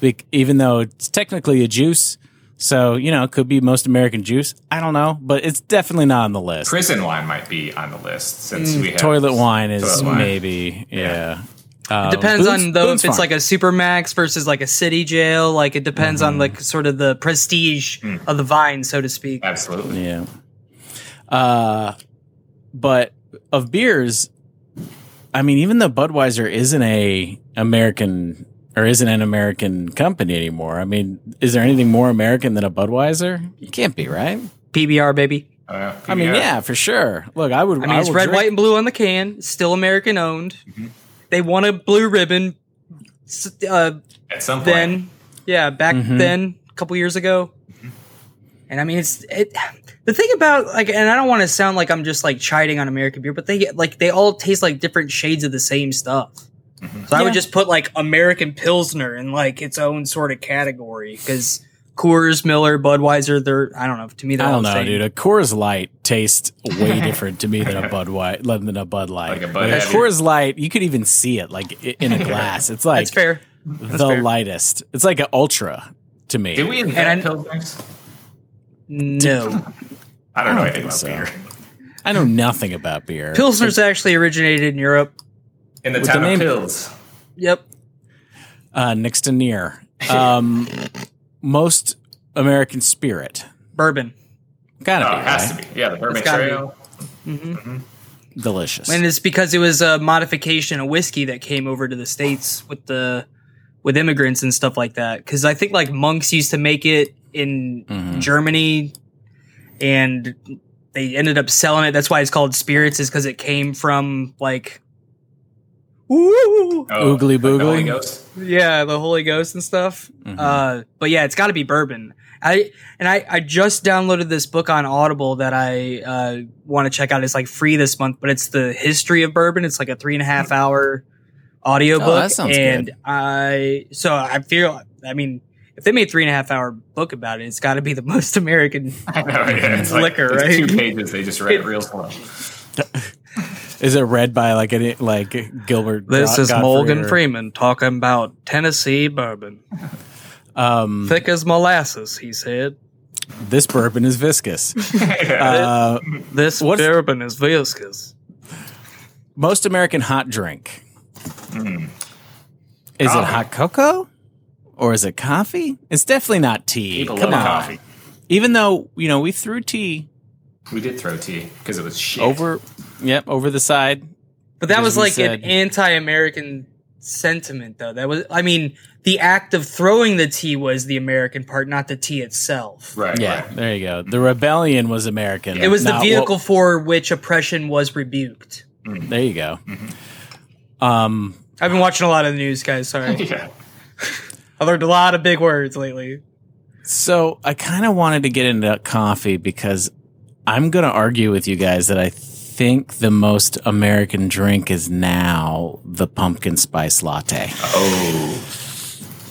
Bec- even though it's technically a juice. So you know, it could be most American juice. I don't know, but it's definitely not on the list. prison wine might be on the list since we have Hmm, Toilet wine is Toilet wine. maybe yeah. Uh, depends Boone's- on though Boone's if it's like Farm. a supermax versus like a city jail. Like it depends Mm-hmm. on like sort of the prestige Hmm. of the vine, so to speak. Absolutely. yeah. Uh, but of beers, I mean, even though Budweiser isn't a American or isn't an American company anymore, I mean, is there anything more American than a Budweiser? It can't be, right? PBR, baby. Uh, I mean, PBR. yeah, for sure. Look, I would. I mean, it's will red, drink- Mm-hmm. white, and blue on the can. Still American owned. They won a blue ribbon. s- Uh, At some point, then, yeah, back Mm-hmm. then, a couple years ago. And I mean, it's it. The thing about like, and I don't want to sound like I'm just like chiding on American beer, but they get like they all taste like different shades of the same stuff. So I Yeah. would just put like American Pilsner in like its own sort of category because Coors, Miller, Budweiser, they're I don't know. To me, they're I all don't the know, same. dude. A Coors Light tastes way different to me than a Bud White, than a Bud Light. Like a Bud Heavy. Coors Light, you could even see it like i- in a glass. It's like That's fair. the fair. lightest. It's like an ultra to me. did we And invent I- pilsners? No. I don't know I don't anything think about so. beer. I know nothing about beer. Pilsner's actually originated in Europe. In the the town name- of Pills, Yep. uh, next to near. Um, most American spirit. Bourbon. Gotta oh, be, it has right? to be. Yeah, the Bourbon It's gotta Trail. Mm-hmm. delicious. And it's because it was a modification of whiskey that came over to the States with the with immigrants and stuff like that. Cause I think like monks used to make it in Germany and they ended up selling it. That's why it's called spirits, is because it came from like Ooh. Oh, Oogly the Holy boogly. Ghost. Yeah, the Holy Ghost and stuff. Mm-hmm. Uh, but yeah, it's got to be bourbon. I and I, I just downloaded this book on Audible that I uh, want to check out. It's like free this month, but it's the history of bourbon. It's like a three and a half hour audiobook. Oh, that sounds and good. I so I feel. I mean, if they made three and a half hour book about it, it's got to be the most American. I know, yeah, it's like Liquor, there's right? Two pages. They just read it real slow. Is it read by like any like Gilbert? Go- Gottfried or- Freeman talking about Tennessee bourbon, Um, thick as molasses. He said, this bourbon is viscous. Uh, "This What's- bourbon is viscous." most American hot drink. Is it Coffee. hot cocoa or is it coffee? It's definitely not tea. People Come love on. coffee. Even though you know we threw tea We did throw tea because it was shit. over, yep, over the side. But that Because was we like said- an anti-American sentiment, though. That was, I mean, the act of throwing the tea was the American part, not the tea itself. Right. Yeah, Right. there you go. The rebellion was American. It was the not vehicle for which oppression was rebuked. what- there you go. Um, I've been watching a lot of the news, guys. Sorry, Yeah. I learned a lot of big words lately. So I kind of wanted to get into coffee because I'm going to argue with you guys that I think the most American drink is now the pumpkin spice latte. Oh.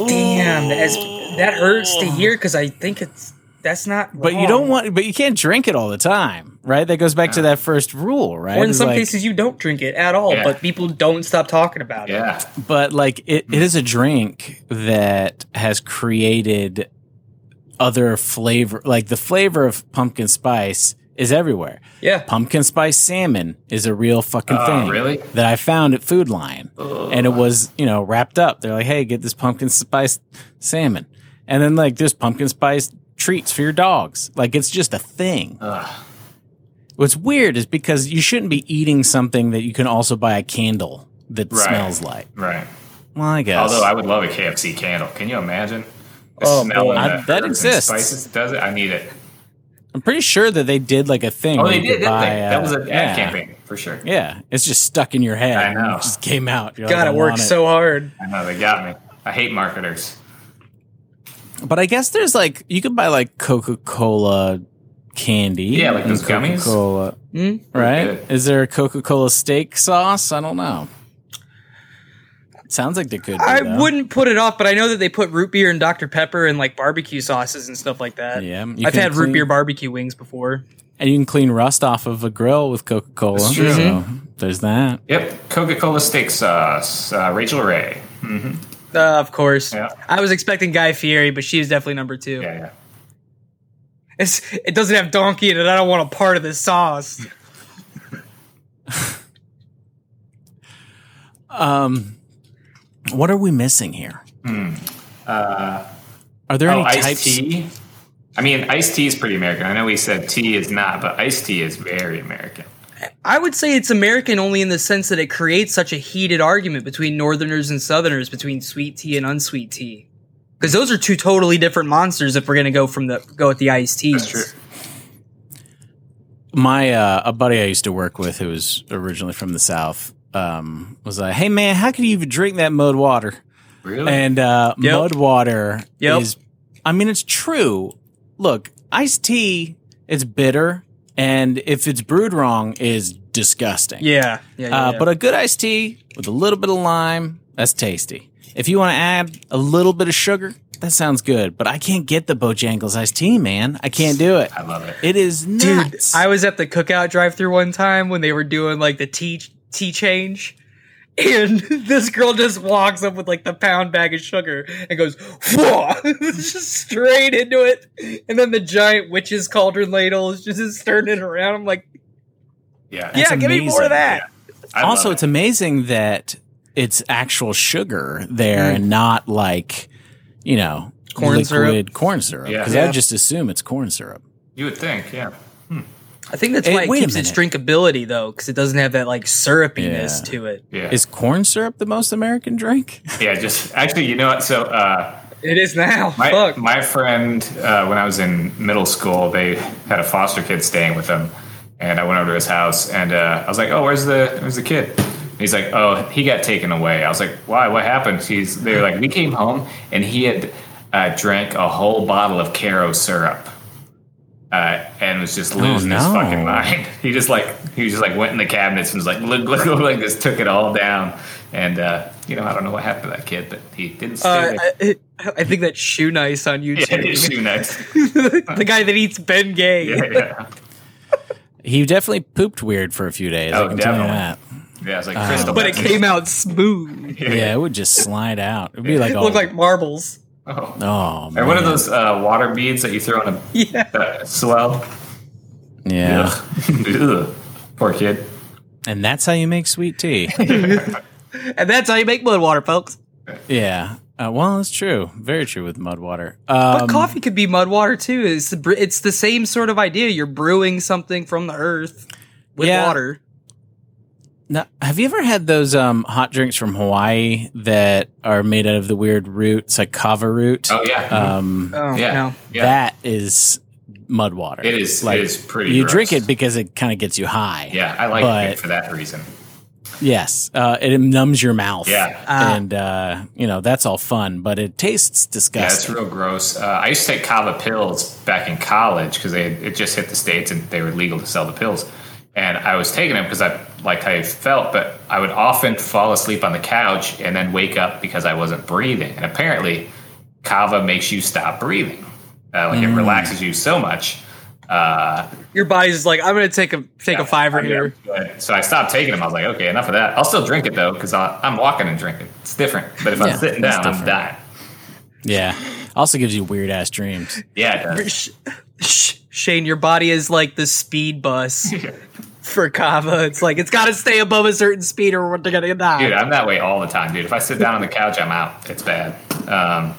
Damn, that's, that hurts to hear because I think it's that's not. But you wrong. don't want, but you can't drink it all the time, right? That goes back to that first rule, right? Or in It's some like- cases, you don't drink it at all, Yeah. but people don't stop talking about it. Yeah. but like it, Hmm. it is a drink that has created other flavor. Like the flavor of pumpkin spice is everywhere. Yeah, pumpkin spice salmon is a real fucking Oh, thing. really? That I found at Food Lion, and it was you know wrapped up. They're like, hey, get this pumpkin spice salmon, and then like there's pumpkin spice treats for your dogs. Like it's just a thing. Ugh. What's weird is because you shouldn't be eating something that you can also buy a candle that Right. smells like. Right. Well, I guess. Although I would love a KFC candle. Can you imagine? The Oh, boy. and I- the that herbs and exists. Spices does it. I need it. I'm pretty sure that they did like a thing. Oh, where they you could did, didn't they? buy, That was uh, an ad yeah. campaign for sure. Yeah, it's just stuck in your head. I and it know. just came out. You're like, God, I it works want so hard. I know they got me. I hate marketers. But I guess there's like you could buy like Coca Cola candy. Yeah, like and those gummies. Coca-Cola, right? good. Is there a Coca Cola steak sauce? I don't know. Sounds like there could. Be, I though. wouldn't put it off, but I know that they put root beer and Dr. Pepper and like barbecue sauces and stuff like that. Yeah, you I've can had clean- root beer barbecue wings before. And you can clean rust off of a grill with Coca Cola. That's true. So there's that. Yep. Coca Cola steak sauce. Uh, Rachel Ray. Uh, of course. Yeah. I was expecting Guy Fieri, but she is definitely number two. Yeah. Yeah. It's, it doesn't have donkey in it. I don't want a part of this sauce. Um, what are we missing here? are there Hmm. Uh, Oh, any iced types? tea. I mean, iced tea is pretty American. I know we said tea is not, but iced tea is very American. I would say it's American only in the sense that it creates such a heated argument between Northerners and Southerners, between sweet tea and unsweet tea, because those are two totally different monsters. If we're gonna go from the go with the iced teas, That's true. my uh, a buddy I used to work with who was originally from the South um, was like, "Hey man, how can you even drink that mud water?" Really? And uh, Yep. mud water Yep. is, I mean, it's true. Look, iced tea, it's bitter, and if it's brewed wrong, is disgusting. yeah, yeah, yeah, Uh, yeah. But a good iced tea with a little bit of lime, that's tasty. If you want to add a little bit of sugar, that sounds good. But I can't get the Bojangles iced tea, man. I can't do it. I love it. It is Dude, nuts. I was at the cookout drive-through one time when they were doing like the tea tea change, and this girl just walks up with like the pound bag of sugar and goes whoa, just straight into it, and then the giant witch's cauldron ladle is just turning it around. I'm like, Yeah. yeah, give me more amazing. of that. I love also, it. it's amazing that it's actual sugar there and not like, you know, Mm. Corn liquid corn syrup. Yeah. Because I Yeah. just assume it's corn syrup. you would think, yeah. I think that's Hey, why it wait a keeps its minute. drinkability though, because it doesn't have that like syrupiness Yeah. to it. Yeah. Is corn syrup the most American drink? yeah, just actually, you know what? So, uh, It is now. My, Fuck. my friend, uh, when I was in middle school, they had a foster kid staying with them, and I went over to his house, and uh, I was like, "Oh, where's the where's the kid?" And he's like, "Oh, he got taken away." I was like, "Why? What happened?" He's they were like, "We came home, and he had uh, drank a whole bottle of Caro syrup." Uh, and was just losing his no. fucking mind. He just like he just like went in the cabinets and was like look look look like this took it all down. And uh, you know I don't know what happened to that kid, but he didn't stay Uh, there. I, I think that's shoe nice on yeah, YouTube. his shoe next. the guy that eats Ben Gay. yeah, yeah. He definitely pooped weird for a few days. Oh, I can tell you definitely. that. Yeah, it's like Uh, crystal. but it came out smooth. Yeah. it would just slide out. It would be like, It all, looked like marbles. Oh. oh, man. And what are those uh, water beads that you throw in a Yeah. uh, swell? Yeah. Ugh. Ugh. Poor kid. And that's how you make sweet tea. And that's how you make mud water, folks. yeah. Uh, well, that's true. Very true with mud water. But Um, coffee could be mud water too. It's the, br- it's the same sort of idea. You're brewing something from the earth with Yeah. water. Now, have you ever had those um, hot drinks from Hawaii that are made out of the weird root? It's like kava root. Oh yeah. Um, Oh, yeah. no. yeah. That is mud water. It is- it Like, is pretty You gross. drink it because it kind of gets you high. yeah, I like But- it for that reason. Yes. Uh, it numbs your mouth. Yeah. Ah. and uh, you know that's all fun, but it tastes Yeah, it's disgusting. real gross. Uh, I used to take kava pills back in college because they it just hit the states and they were legal to sell the pills. And I was taking them because I liked how it felt, but I would often fall asleep on the couch and then wake up because I wasn't breathing. And apparently, kava makes you stop breathing. Uh, like Mm. it relaxes you so much. Uh, Your body's just like, I'm going to take a take a fiver I'm here. good. So I stopped taking them. I was like, okay, enough of that. I'll still drink it though because I'm walking and drinking. It's different. But if Yeah, I'm sitting it's down, I'm different. dying. yeah, also gives you weird ass dreams. Yeah, it does. Sh- sh- Shane, your body is like the speed bus for kava. It's like, it's got to stay above a certain speed or we're going to die. Dude, I'm that way all the time, dude. If I sit down on the couch, I'm out. It's bad. Um,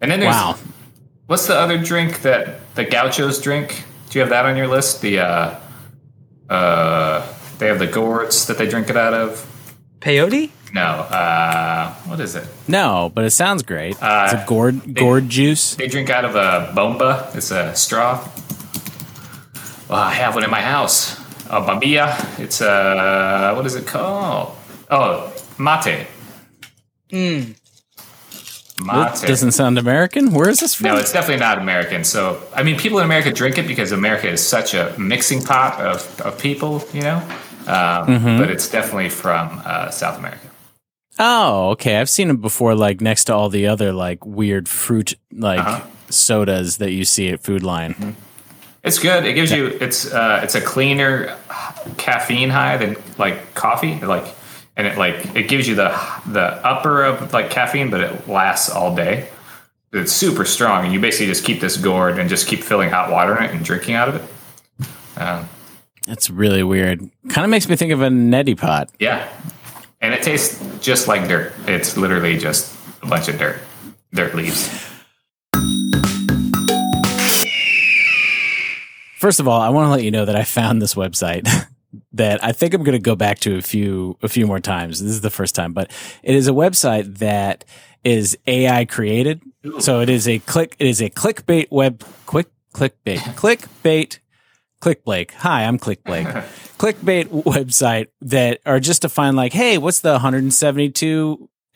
and then there's Wow. what's the other drink that the gauchos drink? Do you have that on your list? The uh, uh, they have the gourds that they drink it out of. Peyote? No, uh, what is it? No, but it sounds great. Uh, it's a gourd gourd juice. They drink out of a bomba. It's a straw. Well, I have one in my house. A babia. It's a what is it called? Oh, mate. Mate. Hmm. That doesn't sound American. Where is this from? No, it's definitely not American. So, I mean, people in America drink it because America is such a mixing pot of, of people, you know? Um, But it's definitely from uh, South America. oh, okay. I've seen it before, like next to all the other like weird fruit like sodas that you see at Food Lion. It's good. It gives you it's uh, it's a cleaner caffeine high than like coffee, like and it like it gives you the the upper of like caffeine, but it lasts all day. It's super strong, and you basically just keep this gourd and just keep filling hot water in it and drinking out of it. That's really weird. Kind of makes me think of a neti pot. Yeah, and it tastes just like dirt. It's literally just a bunch of dirt, dirt leaves. First of all, I want to let you know that I found this website that I think I'm going to go back to a few a few more times. This is the first time, but it is a website that is AI created. So it is a click it is a clickbait web quick clickbait clickbait Click Blake. Hi, I'm Click Blake. clickbait website that are just to find like, hey, what's the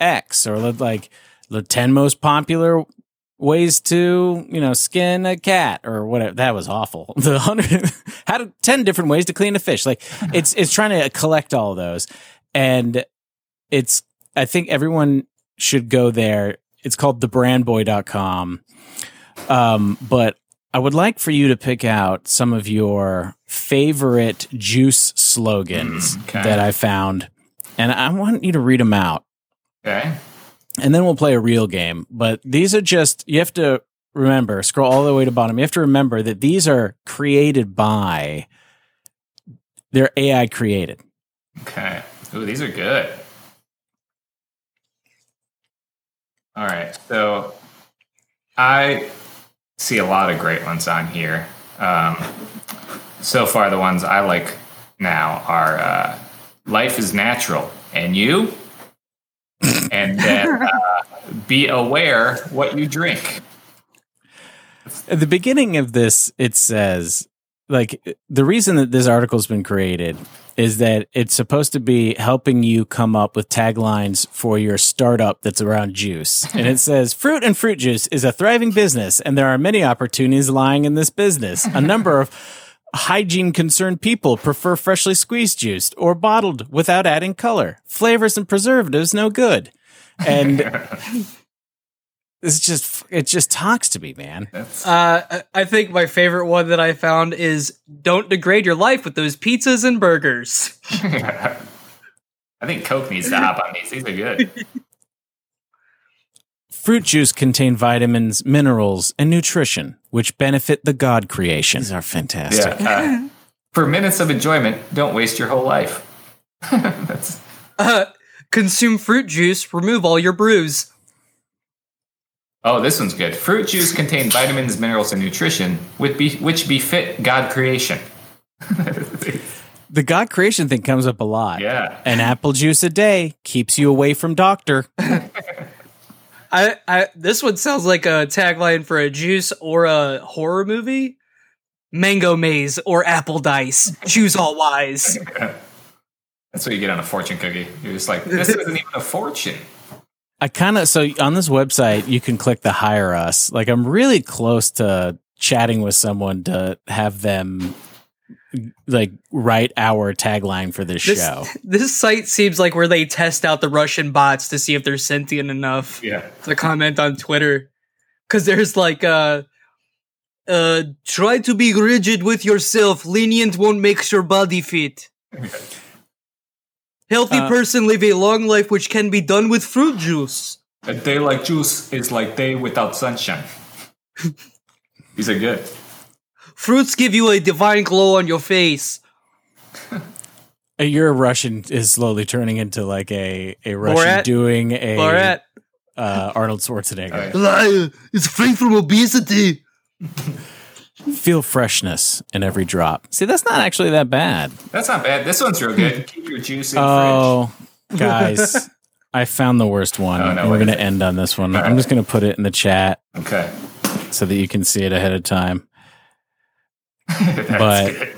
172x or like the 10 most popular ways to you know skin a cat or whatever that was awful the 100 how to 10 different ways to clean a fish like it's it's trying to collect all those and it's i think everyone should go there it's called thebrandboy.com um but I would like for you to pick out some of your favorite juice slogans Mm, 'kay. that I found, and I want you to read them out, Okay. and then we'll play a real game. But these are just you have to remember. Scroll all the way to bottom. You have to remember that these are created by they're AI created. Okay. Ooh, these are good. All right. So I see a lot of great ones on here. Um, so far, the ones I like now are uh, Life is Natural and You, and then uh, Be Aware What You Drink. At the beginning of this, it says, like, the reason that this article's been created is that it's supposed to be helping you come up with taglines for your startup that's around juice. And it says, fruit and fruit juice is a thriving business, and there are many opportunities lying in this business. A number of Hygiene concerned people prefer freshly squeezed juice or bottled without adding color. Flavors and preservatives no good. And it's just it just talks to me, man. That's Uh, I- I think my favorite one that I found is "Don't degrade your life with those pizzas and burgers." I think Coke needs to hop on these. These are good. Fruit juice contain vitamins, minerals, and nutrition, which benefit the God creation. These are fantastic. Yeah. Uh, for minutes of enjoyment, don't waste your whole life. That's Uh, consume fruit juice, remove all your bruise. oh, this one's good. Fruit juice contain vitamins, minerals, and nutrition, which be, which befit God creation. The God creation thing comes up a lot. Yeah. An apple juice a day keeps you away from doctor. I, I this one sounds like a tagline for a juice or a horror movie. Mango maze or apple dice. Choose all wise. That's what you get on a fortune cookie. You're just like, this isn't even a fortune. I kind of so on this website you can click the hire us. Like I'm really close to chatting with someone to have them like write our tagline for this, This show. this site seems like where they test out the Russian bots to see if they're sentient enough Yeah. to comment on Twitter. Cause there's like uh uh try to be rigid with yourself. Lenient won't make your body fit. Healthy Uh, person live a long life which can be done with fruit juice. A day like juice is like day without sunshine. these are good. Fruits give you a divine glow on your face. Your Russian is slowly turning into like a a Russian Borat? doing a Borat, uh, Arnold Schwarzenegger. All right. liar, is free from obesity. Feel freshness in every drop. See, that's not actually that bad. That's not bad. This one's real good. Keep your juice in fridge. Oh, guys, I found the worst one. Oh, no, And what We're going is to it? end on this one. All I'm right. just going to put it in the chat Okay. so that you can see it ahead of time. That's But- good.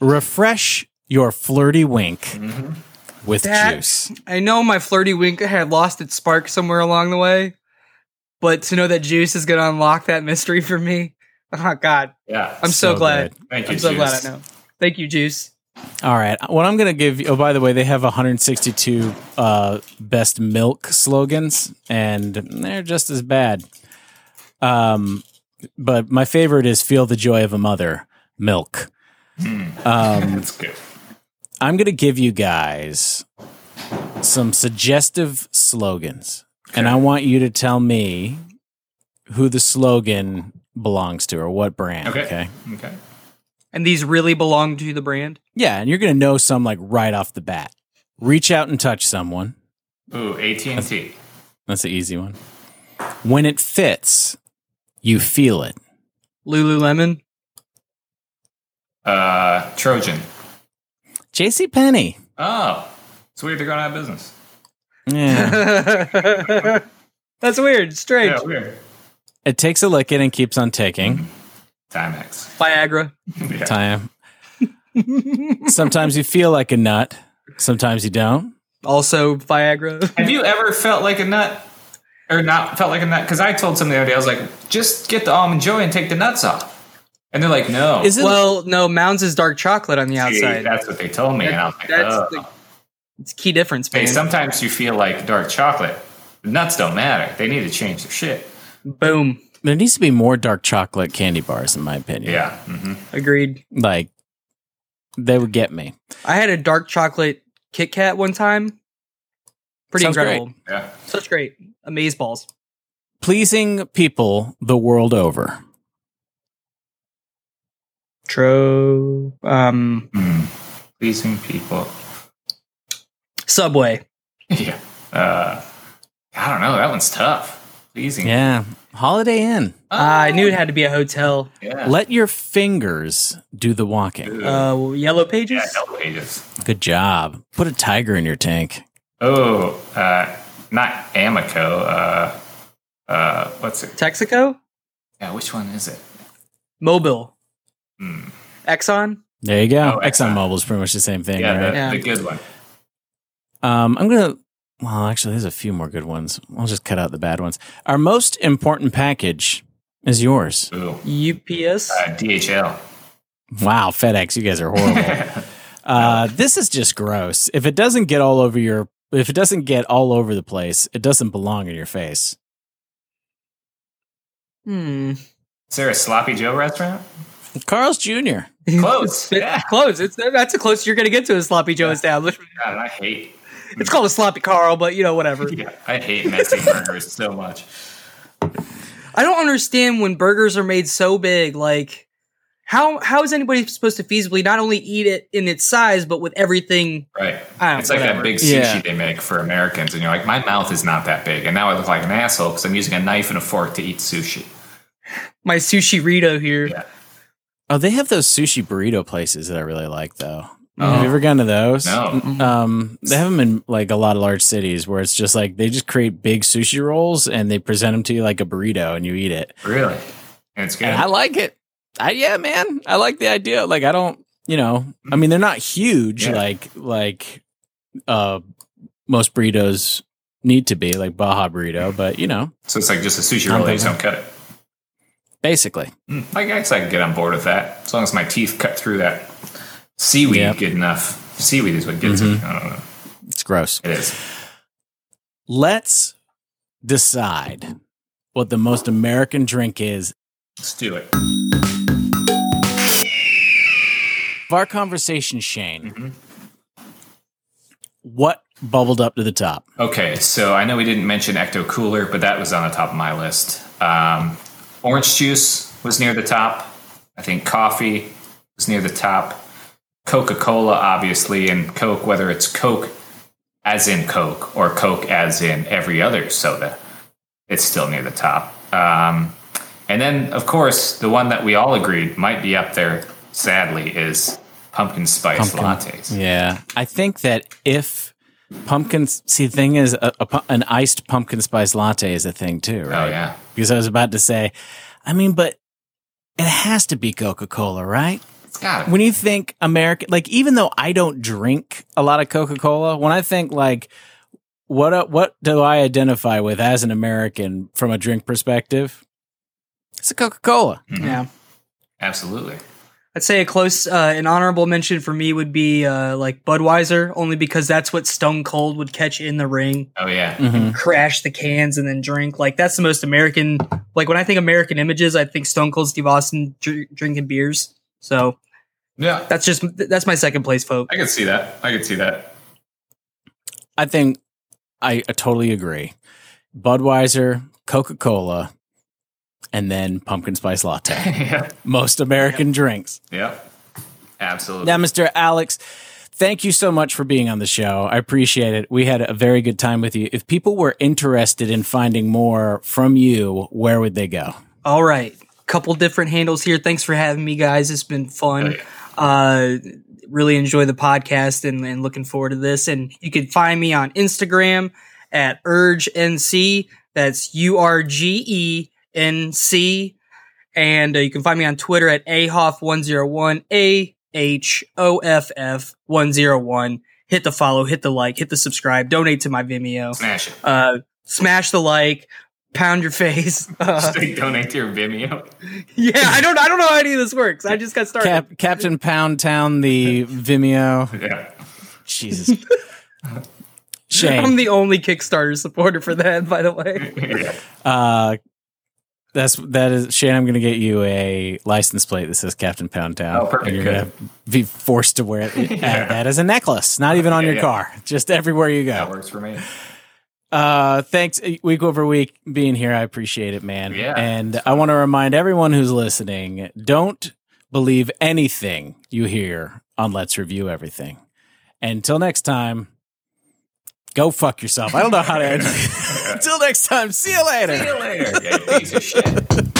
Refresh your flirty wink Mm-hmm. with That- juice. I know my flirty wink had lost its spark somewhere along the way, but to know that Juice is going to unlock that mystery for me, oh God, yeah. I'm so, glad. good. Thank you, I'm so glad Juice. I know. Thank you, Juice. All right. What I'm going to give you, oh, by the way, they have 162 uh, best milk slogans, and they're just as bad. Um, but my favorite is Feel the Joy of a Mother, milk. Um, That's good. I'm going to give you guys some suggestive slogans, and I want you to tell me who the slogan belongs to or what brand. Okay. okay? Okay. And these really belong to the brand. Yeah. And you're going to know some like right off the bat. Reach out and touch someone. Ooh, AT and T. That's an easy one. When it fits, you feel it. Lululemon. Uh, Trojan. J.C. Penney. Oh, it's weird they're going out of business. Yeah, That's weird. Strange. Yeah, weird. it takes a licking and keeps on taking. Timex. Viagra. Yeah. Time. Sometimes you feel like a nut. Sometimes you don't. Also Viagra. Have you ever felt like a nut? Or not felt like a nut? Because I told somebody the other day, I was like, just get the almond joy and take the nuts off. And they're like, no. Is it? Well, no, Mounds is dark chocolate on the Gee, outside. That's what they told me. and I was like, That's oh. the it's key difference, Hey, man. sometimes you feel like dark chocolate. The nuts don't matter. They need to change their shit. Boom. there needs to be more dark chocolate candy bars, in my opinion. Yeah. hmm Agreed. like they would get me. I had a dark chocolate Kit Kat one time. Pretty Sounds incredible. Yeah. Such great. Amaze balls. Pleasing people the world over. Tro um Mm. Pleasing people. Subway. Yeah. Uh, I don't know. That one's tough. Pleasing. Yeah. Holiday Inn. Oh, I knew it had to be a hotel. Yeah. Let your fingers do the walking. Uh Yellow Pages. yeah, Yellow Pages. Good job. Put a tiger in your tank. Oh, uh, not Amico. Uh, uh, what's it? Texaco? Yeah, which one is it? Mobile. Hmm. Exxon? There you go. Oh, yeah. ExxonMobil's pretty much the same thing, Yeah, right? the, Yeah. the good one. Um, I'm gonna. Well, actually, there's a few more good ones. I'll just cut out the bad ones. Our most important package is yours. Ooh. UPS. Uh, DHL. Wow, FedEx, you guys are horrible. uh, this is just gross. If it doesn't get all over your, if it doesn't get all over the place, it doesn't belong in your face. Hmm. Is there a Sloppy Joe restaurant? Carl's Jr. Close. It- yeah. Close. It's that's the closest you're gonna get to a sloppy Joe establishment. God, I hate. It's called a sloppy Carl, but you know whatever. Yeah, I hate messy burgers so much. I don't understand when burgers are made so big. Like, how how is anybody supposed to feasibly not only eat it in its size, but with everything? Right. I don't- It's like Ah, whatever. that big sushi Yeah. they make for Americans, and you're like, my mouth is not that big, and now I look like an asshole because I'm using a knife and a fork to eat sushi. My sushi Rito here. Yeah. Oh, they have those sushi burrito places that I really like, though. Oh. Have you ever gone to those? No. Um, they have them in like a lot of large cities where it's just like they just create big sushi rolls and they present them to you like a burrito and you eat it. Really? And it's good. And I like it. I yeah, man. I like the idea. Like I don't, you know, I mean they're not huge Yeah. like like uh most burritos need to be, like Baja burrito, but you know, so it's like just a sushi roll, they just don't cut it. basically. Mm, I guess I can get on board with that as long as my teeth cut through that seaweed Yep. good enough. Seaweed is what Mm-hmm. gets me. I don't know. It's gross. It is. Let's decide what the most American drink is. Let's do it. Of our conversation, Shane. Mm-hmm. What bubbled up to the top? Okay, so I know we didn't mention Ecto Cooler, but that was on the top of my list. Um, orange juice was near the top. I think coffee was near the top. Coca Cola, obviously, and Coke, whether it's Coke as in Coke or Coke as in every other soda, it's still near the top. Um, and then, of course, the one that we all agreed might be up there, sadly, is pumpkin spice lattes. Yeah, I think that if pumpkin, see, the thing is, a, a pu- an iced pumpkin spice latte is a thing too, Oh, right? yeah. Because I was about to say, I mean, but it has to be Coca Cola, right? It's got it. When you think American, like even though I don't drink a lot of Coca Cola, when I think like what uh, what do I identify with as an American from a drink perspective? It's a Coca Cola. Yeah. Absolutely. I'd say a close, uh, an honorable mention for me would be uh, like Budweiser, only because that's what Stone Cold would catch in the ring, Oh, yeah. crash the cans, and then drink. Like that's the most American. Like when I think American images, I think Stone Cold Steve Austin dr- drinking beers. So Yeah. that's just that's my second place, folks. I could see that. I could see that. I think I, I totally agree. Budweiser, Coca Cola, and then pumpkin spice latte. yeah. Most American drinks. Yeah. Absolutely. Now, Mr. Alex, thank you so much for being on the show. I appreciate it. We had a very good time with you. If people were interested in finding more from you, where would they go? All right. Couple different handles here. Thanks for having me, guys. It's been fun. Uh, really enjoy the podcast and, and looking forward to this. And you can find me on Instagram at UrgeNC. That's U R G E N C. And uh, you can find me on Twitter at AHOF101, A H O F F 101. Hit the follow, hit the like, hit the subscribe, donate to my Vimeo, Smash it. uh, smash the like, pound your face. Uh, Just like donate to your Vimeo. yeah, I don't, I don't know how any of this works. I just got started. Cap- Captain Pound Town, the Vimeo. Yeah. Jesus. I'm Shane, the only Kickstarter supporter for that, by the way. yeah. uh, that's that is Shane. I'm going to get you a license plate that says Captain Pound Town. Oh, perfect, And you're going to be forced to wear it, add that as a necklace, not even on Yeah, your yeah. car, just everywhere you That go. works for me. Uh, thanks uh, week over week being here. I appreciate it, man. Yeah. And I want to remind everyone who's listening: don't believe anything you hear on Let's Review Everything. Until next time, go fuck yourself. I don't know how to. Until next time, see you later. See you later, you piece of shit.